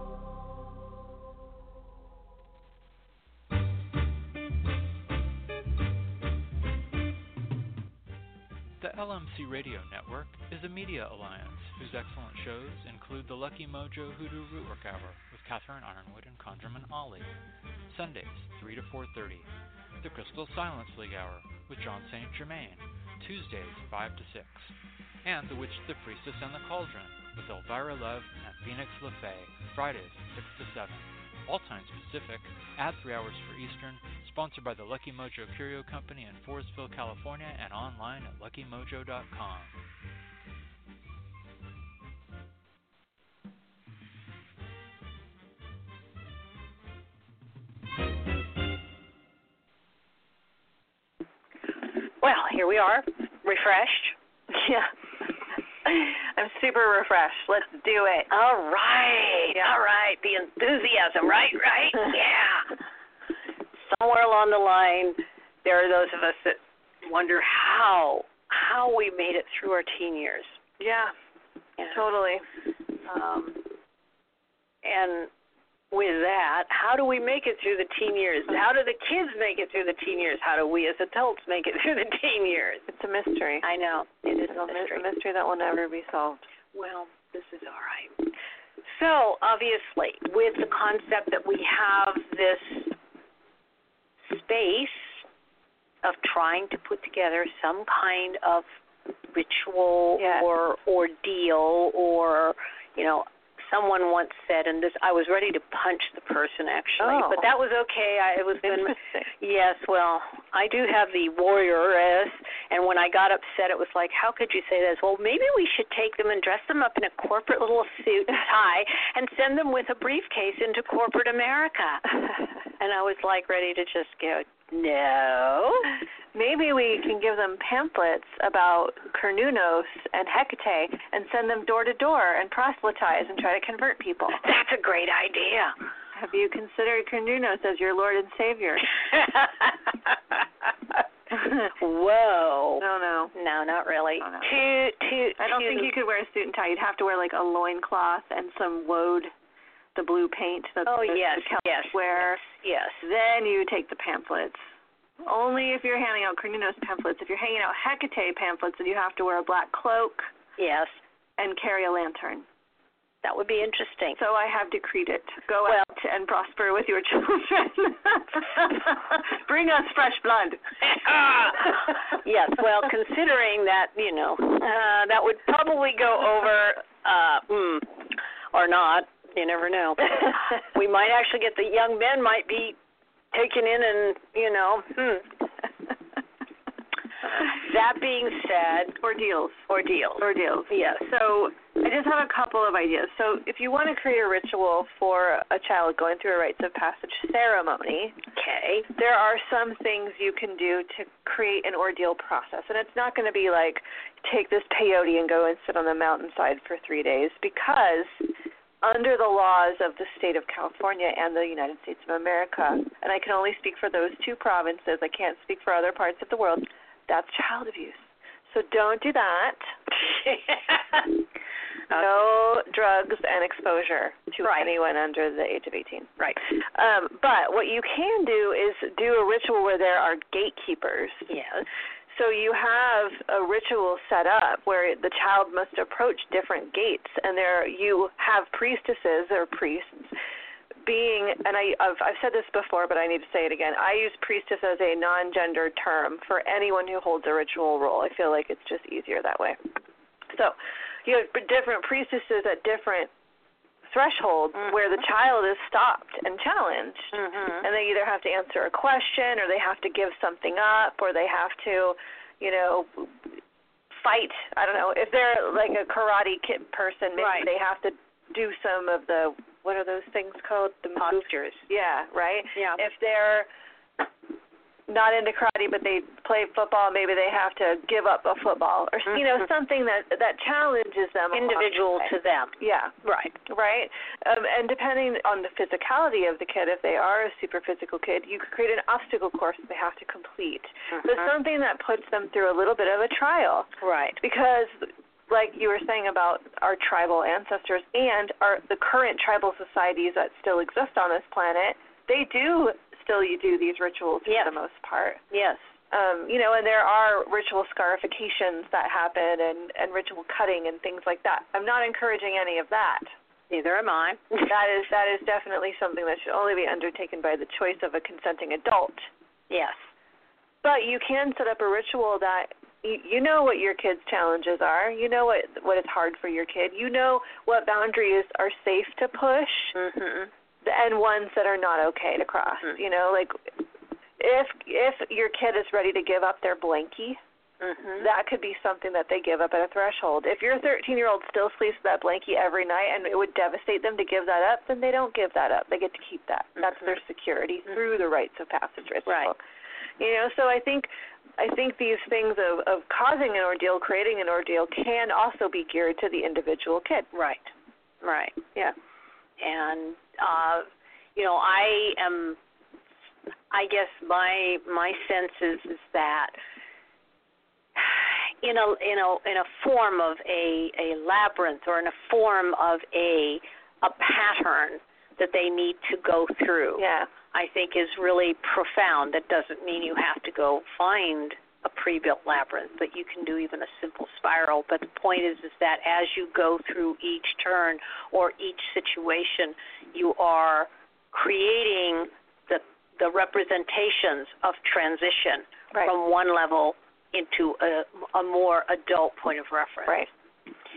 Speaker 5: The LMC Radio Network is a media alliance whose excellent shows include the Lucky Mojo Hoodoo Rootwork Hour with Catherine Ironwood and Conjurman Ollie, Sundays 3 to 4:30, the Crystal Silence League Hour with John St. Germain, Tuesdays 5 to 6, and The Witch, the Priestess, and the Cauldron with Elvira Love and Phoenix LaFay, Fridays 6 to 7. All times Pacific, add three hours for Eastern, sponsored by the Lucky Mojo Curio Company in Forestville, California, and online at luckymojo.com.
Speaker 3: Well, here we are, refreshed. [laughs]
Speaker 4: Yeah. I'm super refreshed. Let's do it.
Speaker 3: All right,
Speaker 4: Yeah.
Speaker 3: all right. The enthusiasm, right, [laughs] right, yeah. Somewhere along the line, there are those of us that wonder how how we made it through our teen years.
Speaker 4: Yeah,
Speaker 3: you know?
Speaker 4: totally.
Speaker 3: Um, and with that, how do we make it through the teen years? And How do the kids make it through the teen years? How do we as adults make it through the teen years?
Speaker 4: It's a mystery.
Speaker 3: I know it is
Speaker 4: It's
Speaker 3: a
Speaker 4: a mystery.
Speaker 3: mystery.
Speaker 4: a mystery that will never be solved.
Speaker 3: Well, this is all right. So obviously, with the concept that we have this space of trying to put together some kind of ritual
Speaker 4: Yeah.
Speaker 3: or ordeal or you know someone once said and this I was ready to punch the person actually
Speaker 4: Oh.
Speaker 3: but that was okay
Speaker 4: [laughs]
Speaker 3: I it was good
Speaker 4: Interesting.
Speaker 3: Yes, well, I do have the warrioress, and when I got upset, it was like, how could you say this? Well, maybe we should take them and dress them up in a corporate little suit and tie and send them with a briefcase into corporate America. And I was like, ready to just go No.
Speaker 4: Maybe we can give them pamphlets about Cernunnos and Hecate and send them door to door and proselytize and try to convert people.
Speaker 3: That's a great idea. [laughs]
Speaker 4: Have you considered Cernunnos as your Lord and Savior?
Speaker 3: Whoa.
Speaker 4: No, no.
Speaker 3: No, not really.
Speaker 4: No, no.
Speaker 3: Too, too.
Speaker 4: I don't
Speaker 3: too-
Speaker 4: think you could wear a suit and tie. You'd have to wear like a loincloth and some woad, the blue paint that
Speaker 3: Oh
Speaker 4: the, the
Speaker 3: yes,
Speaker 4: Celts
Speaker 3: yes.
Speaker 4: wear.
Speaker 3: Yes.
Speaker 4: Then you take the pamphlets. Only if you're handing out Cornunos pamphlets. If you're hanging out Hecate pamphlets, then you have to wear a black cloak
Speaker 3: Yes.
Speaker 4: and carry a lantern.
Speaker 3: That would be interesting.
Speaker 4: So I have decreed it. Go
Speaker 3: Well-
Speaker 4: out and prosper with your children. [laughs] Bring us fresh blood.
Speaker 3: [laughs] Ah. yes. Well, considering that, you know, uh, that would probably go over, uh, mm, or not. You never know. [laughs] [laughs] we might actually get the young men might be taken in, and you know. Hmm. [laughs] That being said,
Speaker 4: Ordeals.
Speaker 3: ordeals.
Speaker 4: Ordeals.
Speaker 3: Yes.
Speaker 4: So I just have a couple of ideas. So if you want to create a ritual for a child going through a rites of passage ceremony,
Speaker 3: Okay. [laughs]
Speaker 4: there are some things you can do to create an ordeal process. And it's not going to be like take this peyote and go and sit on the mountainside for three days because under the laws of the state of California and the United States of America, and I can only speak for those two provinces, I can't speak for other parts of the world, that's child abuse. So don't do that. [laughs] No drugs and exposure to
Speaker 3: Right.
Speaker 4: anyone under the age of 18.
Speaker 3: right.
Speaker 4: Um, but what you can do is do a ritual where there are gatekeepers.
Speaker 3: Yes.
Speaker 4: So you have a ritual set up where the child must approach different gates, and there you have priestesses or priests being and I, I've, I've said this before, but I need to say it again. I use priestess as a non-gender term for anyone who holds a ritual role. I feel like it's just easier that way. So you have different priestesses at different thresholds where the child is stopped and challenged
Speaker 3: Mhm.
Speaker 4: and they either have to answer a question or they have to give something up or they have to you know fight i don't know if they're like a karate kid person maybe
Speaker 3: Right.
Speaker 4: they have to do some of the what are those things called the moves?
Speaker 3: Postures.
Speaker 4: yeah right
Speaker 3: Yeah.
Speaker 4: if they're not into karate but they play football maybe they have to give up a football or you know
Speaker 3: Mhm.
Speaker 4: something that that challenges them along the
Speaker 3: individual
Speaker 4: way.
Speaker 3: to them.
Speaker 4: yeah
Speaker 3: Right.
Speaker 4: right? Um, and depending on the physicality of the kid, if they are a super physical kid, you could create an obstacle course that they have to complete. But
Speaker 3: Uh-huh. Mm-hmm.
Speaker 4: something that puts them through a little bit of a trial
Speaker 3: right.
Speaker 4: because like you were saying about our tribal ancestors and our the current tribal societies that still exist on this planet, they do still you do these rituals
Speaker 3: Yes.
Speaker 4: for the most part
Speaker 3: Yes.
Speaker 4: um, you know, and there are ritual scarifications that happen and, and ritual cutting and things like that. I'm not encouraging any of that.
Speaker 3: Neither am I.
Speaker 4: That is that is definitely something that should only be undertaken by the choice of a consenting adult.
Speaker 3: [laughs] yes.
Speaker 4: But you can set up a ritual that you, you know what your kid's challenges are. You know what what is hard for your kid. You know what boundaries are safe to push
Speaker 3: Mhm.
Speaker 4: and ones that are not okay to cross.
Speaker 3: Mhm.
Speaker 4: You know, like if if your kid is ready to give up their blankie
Speaker 3: Mhm.
Speaker 4: that could be something that they give up at a threshold. If your 13 year old still sleeps with that blankie every night and it would devastate them to give that up, then they don't give that up. They get to keep that. That's
Speaker 3: Mhm.
Speaker 4: their security
Speaker 3: Mhm.
Speaker 4: through the rites of passage ritual.
Speaker 3: Right.
Speaker 4: You know, so I think I think these things of of causing an ordeal, creating an ordeal, can also be geared to the individual kid.
Speaker 3: right. Right.
Speaker 4: Yeah.
Speaker 3: And uh, you know, I am. I guess my my sense is is that in a in a in a form of a a labyrinth or in a form of a a pattern that they need to go through.
Speaker 4: Yeah.
Speaker 3: I think is really profound. That doesn't mean you have to go find a pre-built labyrinth, but you can do even a simple spiral. But the point is, is that as you go through each turn or each situation, you are creating the the representations of transition
Speaker 4: Right.
Speaker 3: from one level into a, a more adult point of reference.
Speaker 4: Right.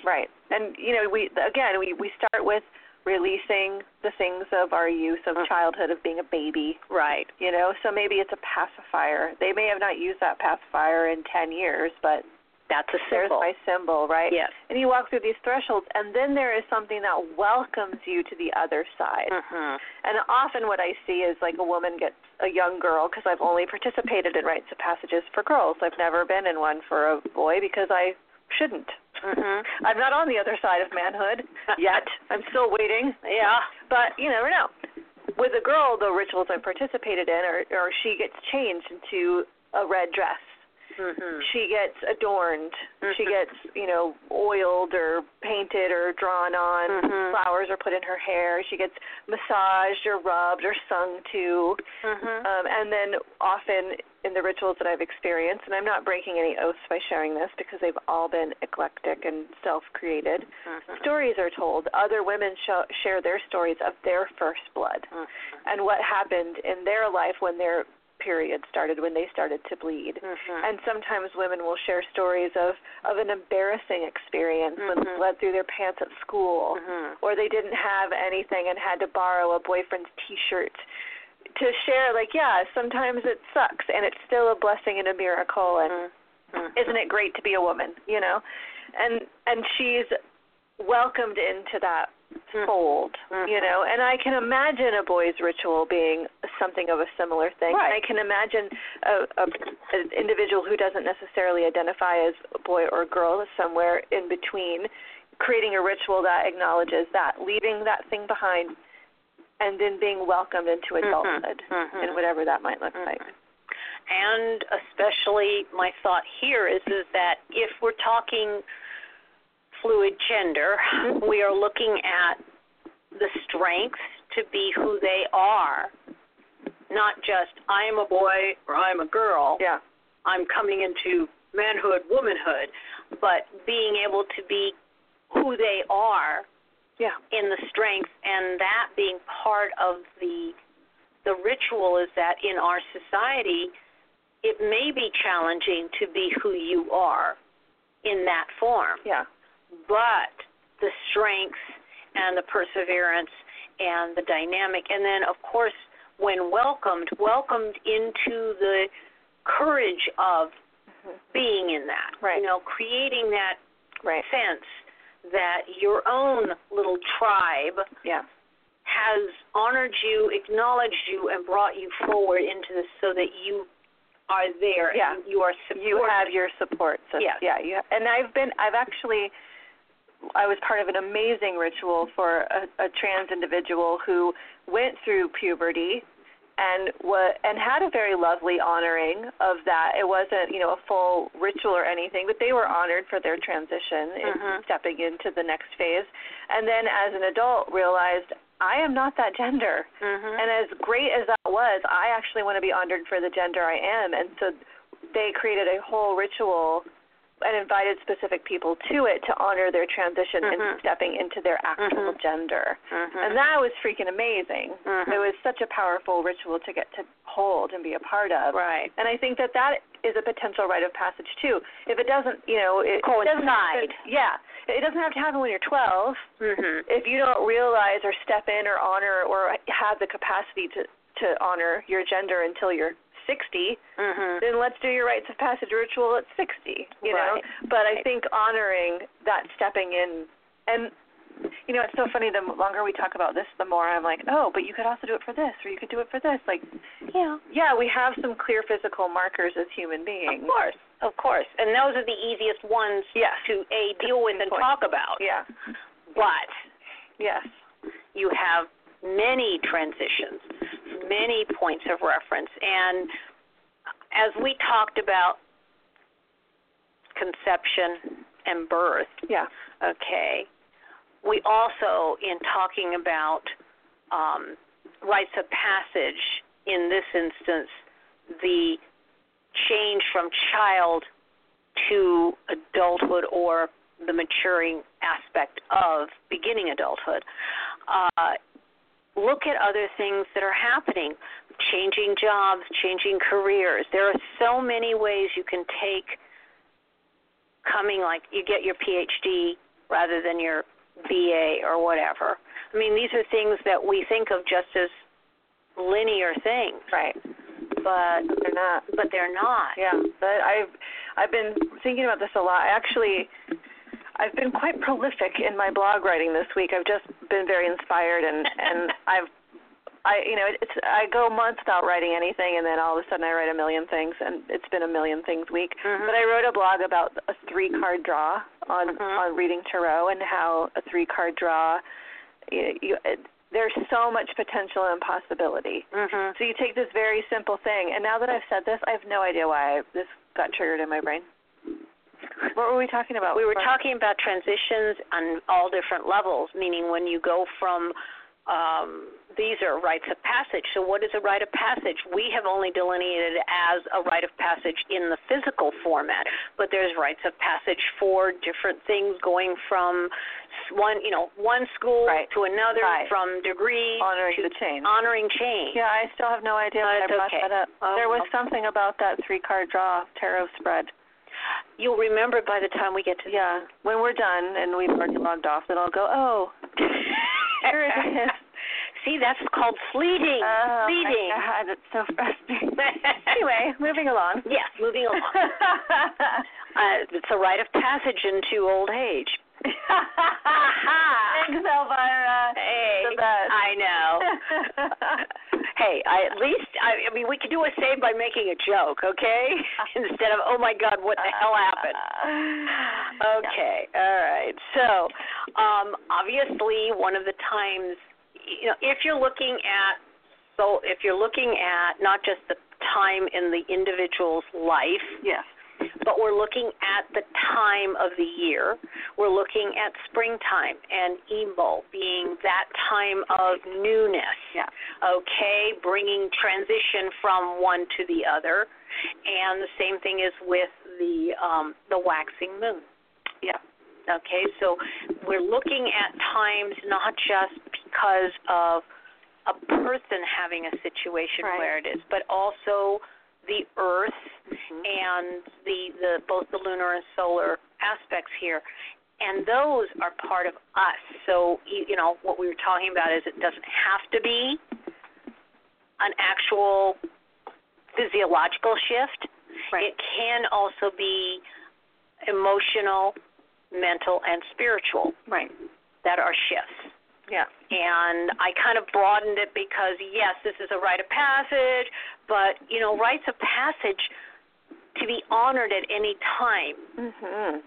Speaker 4: Right. And you know, we again we we start with releasing the things of our youth of
Speaker 3: Mm.
Speaker 4: childhood of being a baby.
Speaker 3: Right.
Speaker 4: you know so maybe it's a pacifier they may have not used that pacifier in 10 years but
Speaker 3: That's a
Speaker 4: There's
Speaker 3: symbol.
Speaker 4: my symbol, right?
Speaker 3: Yes.
Speaker 4: And you walk through these thresholds, and then there is something that welcomes you to the other side.
Speaker 3: Mhm.
Speaker 4: And often what I see is like a woman gets a young girl because I've only participated in rites of passages for girls. I've never been in one for a boy because I shouldn't.
Speaker 3: Mhm. [laughs]
Speaker 4: I'm not on the other side of manhood yet. I'm still waiting.
Speaker 3: Yeah.
Speaker 4: But you never know. With a girl, the rituals I participated in, or, or she gets changed into a red dress.
Speaker 3: Mhm.
Speaker 4: She gets adorned. She
Speaker 3: Mhm.
Speaker 4: gets, you know, oiled or painted or drawn on.
Speaker 3: Mhm.
Speaker 4: Flowers are put in her hair. She gets massaged or rubbed or sung to.
Speaker 3: Mhm.
Speaker 4: Um, and then often in the rituals that I've experienced, and I'm not breaking any oaths by sharing this because they've all been eclectic and self created,
Speaker 3: Mhm.
Speaker 4: stories are told. Other women sh- share their stories of their first blood
Speaker 3: Mhm.
Speaker 4: and what happened in their life when their period started, when they started to bleed.
Speaker 3: Mhm.
Speaker 4: And sometimes women will share stories of, of an embarrassing experience when
Speaker 3: Mhm.
Speaker 4: blood through their pants at school
Speaker 3: Mhm.
Speaker 4: or they didn't have anything and had to borrow a boyfriend's t-shirt to share like yeah sometimes it sucks and it's still a blessing and a miracle and
Speaker 3: Mhm.
Speaker 4: isn't it great to be a woman you know and and she's welcomed into that
Speaker 3: Mhm.
Speaker 4: fold
Speaker 3: Mhm.
Speaker 4: you know and i can imagine a boy's ritual being something of a similar thing
Speaker 3: Right.
Speaker 4: and i can imagine a, a an individual who doesn't necessarily identify as a boy or girl somewhere in between creating a ritual that acknowledges that leaving that thing behind and then being welcomed into
Speaker 3: Mm-hmm.
Speaker 4: adulthood
Speaker 3: Mhm.
Speaker 4: and whatever that might look like
Speaker 3: and especially my thought here is is that if we're talking fluid gender, we are looking at the strength to be who they are, not just I'm a boy or I'm a girl.
Speaker 4: yeah
Speaker 3: I'm coming into manhood, womanhood, but being able to be who they are
Speaker 4: yeah
Speaker 3: in the strength and that being part of the the ritual is that in our society it may be challenging to be who you are in that form
Speaker 4: yeah
Speaker 3: but the strength and the perseverance and the dynamic and then of course when welcomed welcomed into the courage of being in that
Speaker 4: Mm-hmm. Right.
Speaker 3: you know creating that
Speaker 4: right
Speaker 3: sense that your own little tribe
Speaker 4: yeah
Speaker 3: has honored you, acknowledged you, and brought you forward into this so that you are there.
Speaker 4: Yeah.
Speaker 3: And you are supported.
Speaker 4: you have your support system.
Speaker 3: Yes.
Speaker 4: Yeah, you and I've been I've actually I was part of an amazing ritual for a, a trans individual who went through puberty and wa and had a very lovely honoring of that. It wasn't, you know, a full ritual or anything, but they were honored for their transition in
Speaker 3: Mhm.
Speaker 4: stepping into the next phase. And then as an adult realized I am not that gender.
Speaker 3: Mhm.
Speaker 4: Mm-hmm. And as great as that was, I actually want to be honored for the gender I am. And so they created a whole ritual and invited specific people to it to honor their transition and
Speaker 3: Mhm.
Speaker 4: stepping into their actual
Speaker 3: Mhm.
Speaker 4: gender.
Speaker 3: Mhm.
Speaker 4: And that was freaking amazing.
Speaker 3: Mhm.
Speaker 4: It was such a powerful ritual to get to hold and be a part of.
Speaker 3: right.
Speaker 4: And I think that that is a potential rite of passage too. If it doesn't, you know, it doesn't have
Speaker 3: Coincide.
Speaker 4: to- yeah, it doesn't have to happen when you're 12
Speaker 3: Mhm.
Speaker 4: if you don't realize or step in or honor or have the capacity to to honor your gender until you're 60,
Speaker 3: Mhm.
Speaker 4: then let's do your rites of passage ritual at 60, you know.
Speaker 3: Right.
Speaker 4: But I
Speaker 3: Right.
Speaker 4: think honoring that stepping in and you know, it's so funny the longer we talk about this, the more I'm like, "Oh, but you could also do it for this or you could do it for this." Like,
Speaker 3: Yeah.
Speaker 4: yeah, we have some clear physical markers as human beings.
Speaker 3: Of course. Of course. And those are the easiest ones
Speaker 4: Yes.
Speaker 3: to a deal with and
Speaker 4: Pinpoint.
Speaker 3: talk about.
Speaker 4: Yeah.
Speaker 3: But
Speaker 4: Yes.
Speaker 3: you have many transitions, many points of reference. And as we talked about conception and birth,
Speaker 4: Yeah.
Speaker 3: okay, we also, in talking about um, rites of passage, in this instance, the change from child to adulthood or the maturing aspect of beginning adulthood. Uh, look at other things that are happening changing jobs, changing careers. There are so many ways you can take coming, like you get your PhD rather than your BA or whatever. I mean, these are things that we think of just as linear things,
Speaker 4: Right.
Speaker 3: but
Speaker 4: They're not.
Speaker 3: but they're not.
Speaker 4: Yeah, but I've I've been thinking about this a lot. I actually, I've been quite prolific in my blog writing this week. I've just been very inspired, and and I've, I you know, it's I go months without writing anything, and then all of a sudden I write a million things, and it's been a million things week.
Speaker 3: Mhm.
Speaker 4: But I wrote a blog about a three card draw on
Speaker 3: Mhm.
Speaker 4: on reading tarot and how a three card draw, you, you it, there's so much potential and possibility.
Speaker 3: Mhm.
Speaker 4: So you take this very simple thing, and now that I've said this, I have no idea why I, this got triggered in my brain. What were we talking about?
Speaker 3: We were talking about transitions on all different levels, meaning when you go from um, these are rites of passage. So, what is a rite of passage? We have only delineated it as a rite of passage in the physical format, but there's rites of passage for different things, going from s- one, you know, one school
Speaker 4: Right.
Speaker 3: to another,
Speaker 4: Right.
Speaker 3: from degree
Speaker 4: honoring
Speaker 3: to
Speaker 4: the change.
Speaker 3: honoring change.
Speaker 4: Yeah, I still have no idea
Speaker 3: No,
Speaker 4: why I
Speaker 3: it's
Speaker 4: brought
Speaker 3: okay.
Speaker 4: that up.
Speaker 3: Oh,
Speaker 4: there was
Speaker 3: okay.
Speaker 4: something about that three-card draw tarot spread.
Speaker 3: You'll remember by the time we get to
Speaker 4: Yeah, when we're done and we've already logged off, then I'll go. Oh, Here it is.
Speaker 3: [laughs] See, that's called sleeting.
Speaker 4: oh
Speaker 3: sleeting.
Speaker 4: My God, [laughs] it's so frustrating.
Speaker 3: [laughs]
Speaker 4: anyway, moving along.
Speaker 3: Yes, moving along. uh, it's a rite of passage into old age.
Speaker 4: [laughs] Thanks, Elvira.
Speaker 3: Hey,
Speaker 4: The best.
Speaker 3: I
Speaker 4: [laughs]
Speaker 3: know. Hey, I, at least I, I mean we could do a save by making a joke, okay?
Speaker 4: [laughs]
Speaker 3: Instead of oh my god, what the hell happened? Okay, all right. So, um, obviously, one of the times, you know, if you're looking at, so if you're looking at not just the time in the individual's life,
Speaker 4: Yes.
Speaker 3: but we're looking at the time of the year. We're looking at springtime and emo being that time of newness.
Speaker 4: Yeah.
Speaker 3: Okay, bringing transition from one to the other, and the same thing is with the um, the waxing moon.
Speaker 4: Yeah.
Speaker 3: Okay, so we're looking at times not just because of a person having a situation
Speaker 4: Right.
Speaker 3: where it is, but also the earth
Speaker 4: Mm-hmm.
Speaker 3: and the, the both the lunar and solar aspects here. And those are part of us. So, you, you know, what we were talking about is it doesn't have to be an actual physiological shift.
Speaker 4: Right.
Speaker 3: It can also be emotional, mental, and spiritual
Speaker 4: Right.
Speaker 3: that are shifts.
Speaker 4: Yeah.
Speaker 3: And I kind of broadened it because, yes, this is a rite of passage, but, you know, rites of passage to be honored at any time
Speaker 4: Mhm.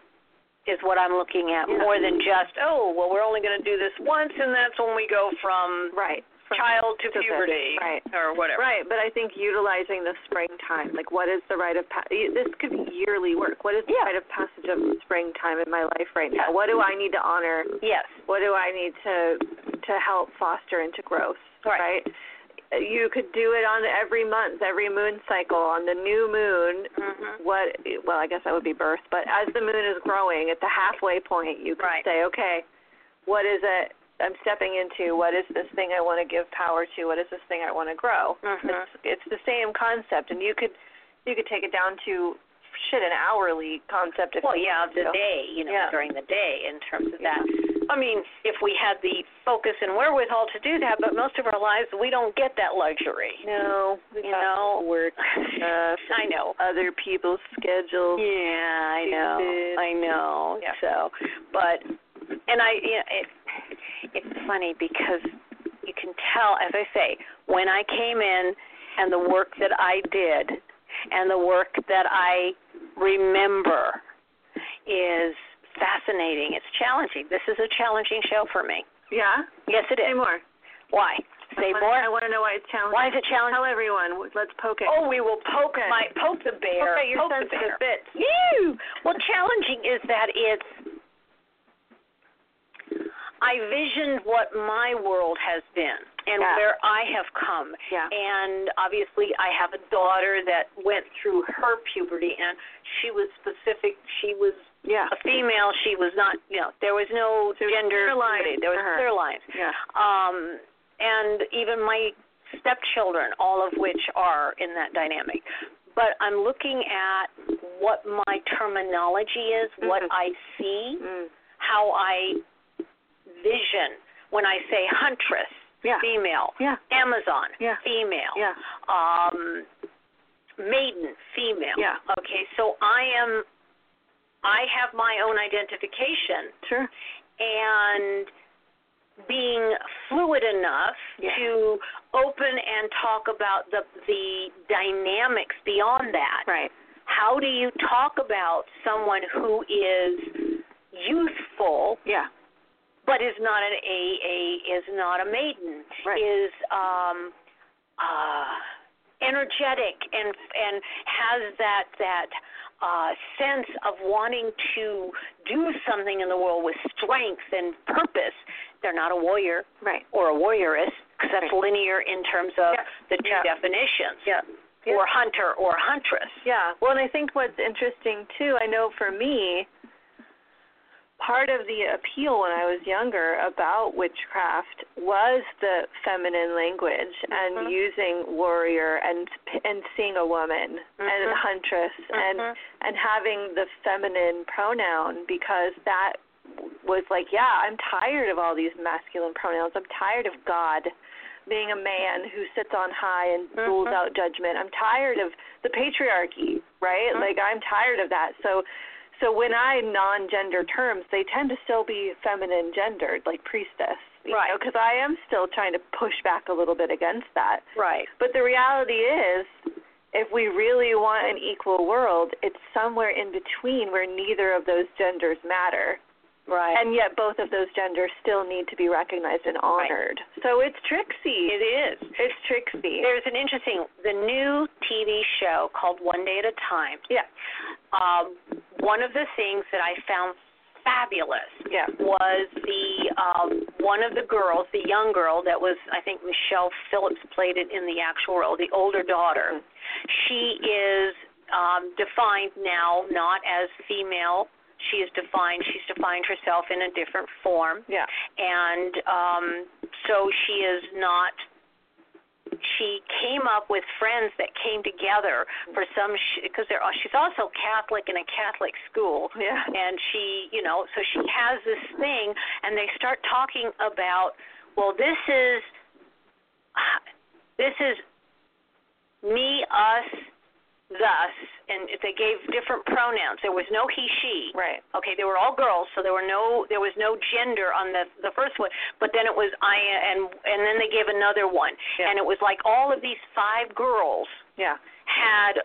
Speaker 3: is what I'm looking at
Speaker 4: Yeah.
Speaker 3: more than just, oh, well, we're only going to do this once, and that's when we go from
Speaker 4: Right.
Speaker 3: child to
Speaker 4: to the-
Speaker 3: puberty
Speaker 4: right.
Speaker 3: or whatever.
Speaker 4: Right, but I think utilizing the springtime, like what is the rite of pa- y- this could be yearly work. What is the
Speaker 3: Yeah.
Speaker 4: rite of passage of springtime in my life right now? What do I need to honor?
Speaker 3: Yes.
Speaker 4: What do I need to to help foster into growth?
Speaker 3: Right.
Speaker 4: You could do it on every month, every moon cycle, on the new moon.
Speaker 3: Mm-hmm.
Speaker 4: What? Well, I guess that would be birth, but as the moon is growing at the halfway point, you could
Speaker 3: Right.
Speaker 4: say, okay, what is it I'm stepping into? What is this thing I want to give power to? What is this thing I want to grow?
Speaker 3: Mhm.
Speaker 4: It's, it's the same concept, and you could you could take it down to shit an hourly concept. If
Speaker 3: Well,
Speaker 4: you
Speaker 3: yeah,
Speaker 4: want
Speaker 3: of the
Speaker 4: to.
Speaker 3: day, you know,
Speaker 4: Yeah.
Speaker 3: during the day in terms of
Speaker 4: Yeah.
Speaker 3: that. I mean, if we had the focus and wherewithal to do that, but most of our lives we don't get that luxury.
Speaker 4: No, we
Speaker 3: You
Speaker 4: got
Speaker 3: know, [laughs]
Speaker 4: work stuff.
Speaker 3: I know.
Speaker 4: Other people's schedules.
Speaker 3: Yeah, I know.
Speaker 4: Stupid.
Speaker 3: I know.
Speaker 4: Yeah.
Speaker 3: So, but and I, you know, it, it's funny because you can tell, as I say, when I came in and the work that I did and the work that I remember is fascinating. It's challenging. This is a challenging show for me.
Speaker 4: Yeah.
Speaker 3: Yes, it
Speaker 4: Say
Speaker 3: is.
Speaker 4: more.
Speaker 3: Why? Say
Speaker 4: I wanna-
Speaker 3: more.
Speaker 4: I want to know why it's challenging.
Speaker 3: Why is it challenging?
Speaker 4: Tell everyone. Let's poke it.
Speaker 3: Oh, we will poke
Speaker 4: Okay.
Speaker 3: my poke the bear.
Speaker 4: Poke at your
Speaker 3: poke the
Speaker 4: sensitive
Speaker 3: bear.
Speaker 4: bits.
Speaker 3: Ew. Well, challenging is that it's. I visioned what my world has been and
Speaker 4: Yeah.
Speaker 3: where I have come.
Speaker 4: Yeah.
Speaker 3: And obviously, I have a daughter that went through her puberty, and she was specific. She was
Speaker 4: Yeah.
Speaker 3: a female. She was not, you know, there was no
Speaker 4: There was
Speaker 3: gender
Speaker 4: clear lines
Speaker 3: fluidity. There was
Speaker 4: for her.
Speaker 3: clear lines
Speaker 4: Yeah.
Speaker 3: um, and even my stepchildren, all of which are in that dynamic. But I'm looking at what my terminology is, what
Speaker 4: Mhm.
Speaker 3: I see,
Speaker 4: Mm.
Speaker 3: how I vision when I say huntress,
Speaker 4: Yeah.
Speaker 3: female,
Speaker 4: Yeah.
Speaker 3: Amazon,
Speaker 4: Yeah.
Speaker 3: female,
Speaker 4: Yeah.
Speaker 3: um, maiden, female.
Speaker 4: Yeah.
Speaker 3: Okay, so I am, I have my own identification,
Speaker 4: Sure.
Speaker 3: and being fluid enough
Speaker 4: Yeah.
Speaker 3: to open and talk about the the dynamics beyond that.
Speaker 4: Right.
Speaker 3: How do you talk about someone who is youthful
Speaker 4: Yeah.
Speaker 3: but is not an a a is not a maiden
Speaker 4: Right.
Speaker 3: is um uh energetic and and has that that uh sense of wanting to do something in the world with strength and purpose they're not a warrior
Speaker 4: Right.
Speaker 3: or a warrioress because that's
Speaker 4: Right.
Speaker 3: linear in terms of
Speaker 4: Yeah.
Speaker 3: the two
Speaker 4: Yeah.
Speaker 3: definitions
Speaker 4: Yeah. Yeah.
Speaker 3: or hunter or huntress
Speaker 4: Yeah. Well, and I think what's interesting too, I know for me, part of the appeal when I was younger about witchcraft was the feminine language
Speaker 3: Mm-hmm.
Speaker 4: and using warrior and and seeing a woman and
Speaker 3: Mhm.
Speaker 4: huntress and
Speaker 3: Mhm.
Speaker 4: and having the feminine pronoun because that was like, yeah, I'm tired of all these masculine pronouns. I'm tired of God being a man who sits on high and rules out judgment. I'm tired of the patriarchy, right? Like I'm tired of that. So so when I non-gender terms, they tend to still be feminine gendered, like priestess, you
Speaker 3: Right.
Speaker 4: Because I am still trying to push back a little bit against that.
Speaker 3: right
Speaker 4: But the reality is, if we really want an equal world, it's somewhere in between where neither of those genders matter,
Speaker 3: right
Speaker 4: and yet both of those genders still need to be recognized and honored. So it's tricksy.
Speaker 3: it is
Speaker 4: It's tricksy.
Speaker 3: There's an interesting the new TV show called One Day at a Time.
Speaker 4: Yeah.
Speaker 3: Um, one of the things that I found fabulous
Speaker 4: Yeah.
Speaker 3: was the um, one of the girls, the young girl that was I think Michelle Phillips played it in the actual role, the older daughter. She is um, defined now not as female. She is defined. She's defined herself in a different form
Speaker 4: Yeah.
Speaker 3: and um so she is not she came up with friends that came together for some because they're uh, she's also Catholic in a Catholic school
Speaker 4: Yeah.
Speaker 3: and she you know so she has this thing and they start talking about well this is this is me us thus and they gave different pronouns there was no he she
Speaker 4: Right.
Speaker 3: Okay, they were all girls, so there were no there was no gender on the the first one. But then it was I and and then they gave another one,
Speaker 4: Yeah.
Speaker 3: and it was like all of these five girls
Speaker 4: Yeah.
Speaker 3: had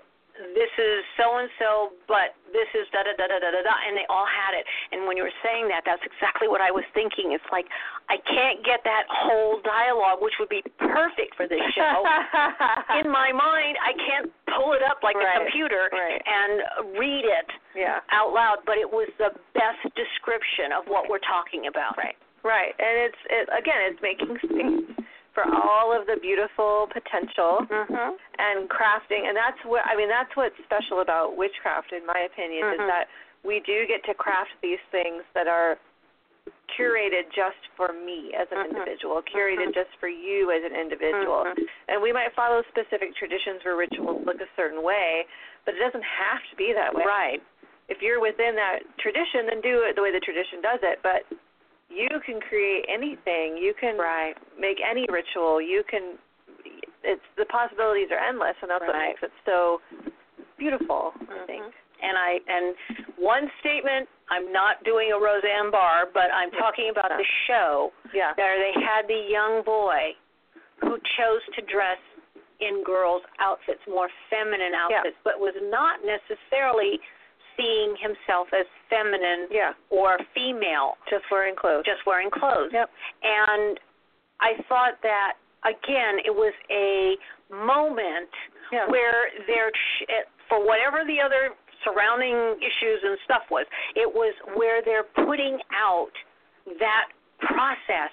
Speaker 3: this is so and so, but this is da da da da da da da, and they all had it. And when you were saying that, that's exactly what I was thinking. It's like I can't get that whole dialogue, which would be perfect for this
Speaker 4: [laughs]
Speaker 3: show. [laughs] In my mind, I can't pull it up like
Speaker 4: Right,
Speaker 3: a computer
Speaker 4: right.
Speaker 3: and read it
Speaker 4: yeah.
Speaker 3: out loud, but it was the best description of what we're talking about.
Speaker 4: Right. Right. And it's it again, it's making space for all of the beautiful potential
Speaker 3: Mhm.
Speaker 4: and crafting and that's what I mean that's what's special about witchcraft in my opinion
Speaker 3: Mhm.
Speaker 4: is that we do get to craft these things that are curated just for me as an
Speaker 3: Mhm.
Speaker 4: individual, curated just for you as an individual.
Speaker 3: Mhm.
Speaker 4: And we might follow specific traditions where rituals look a certain way, but it doesn't have to be that way
Speaker 3: Right.
Speaker 4: if you're within that tradition, then do it the way the tradition does it. But you can create anything. You can
Speaker 3: Right.
Speaker 4: make any ritual. You can. It's the possibilities are endless, and that's
Speaker 3: Right.
Speaker 4: what makes it so beautiful. I think.
Speaker 3: And I and one statement, I'm not doing a Roseanne Barr, but I'm talking about the show
Speaker 4: Yeah.
Speaker 3: there they had the young boy who chose to dress in girls' outfits, more feminine outfits, but was not necessarily seeing himself as feminine
Speaker 4: Yeah.
Speaker 3: or female.
Speaker 4: Just wearing clothes.
Speaker 3: just wearing clothes.
Speaker 4: Yep.
Speaker 3: And I thought that again, it was a moment
Speaker 4: Yeah.
Speaker 3: where there, sh- it- for whatever the other surrounding issues and stuff was, it was where they're putting out that process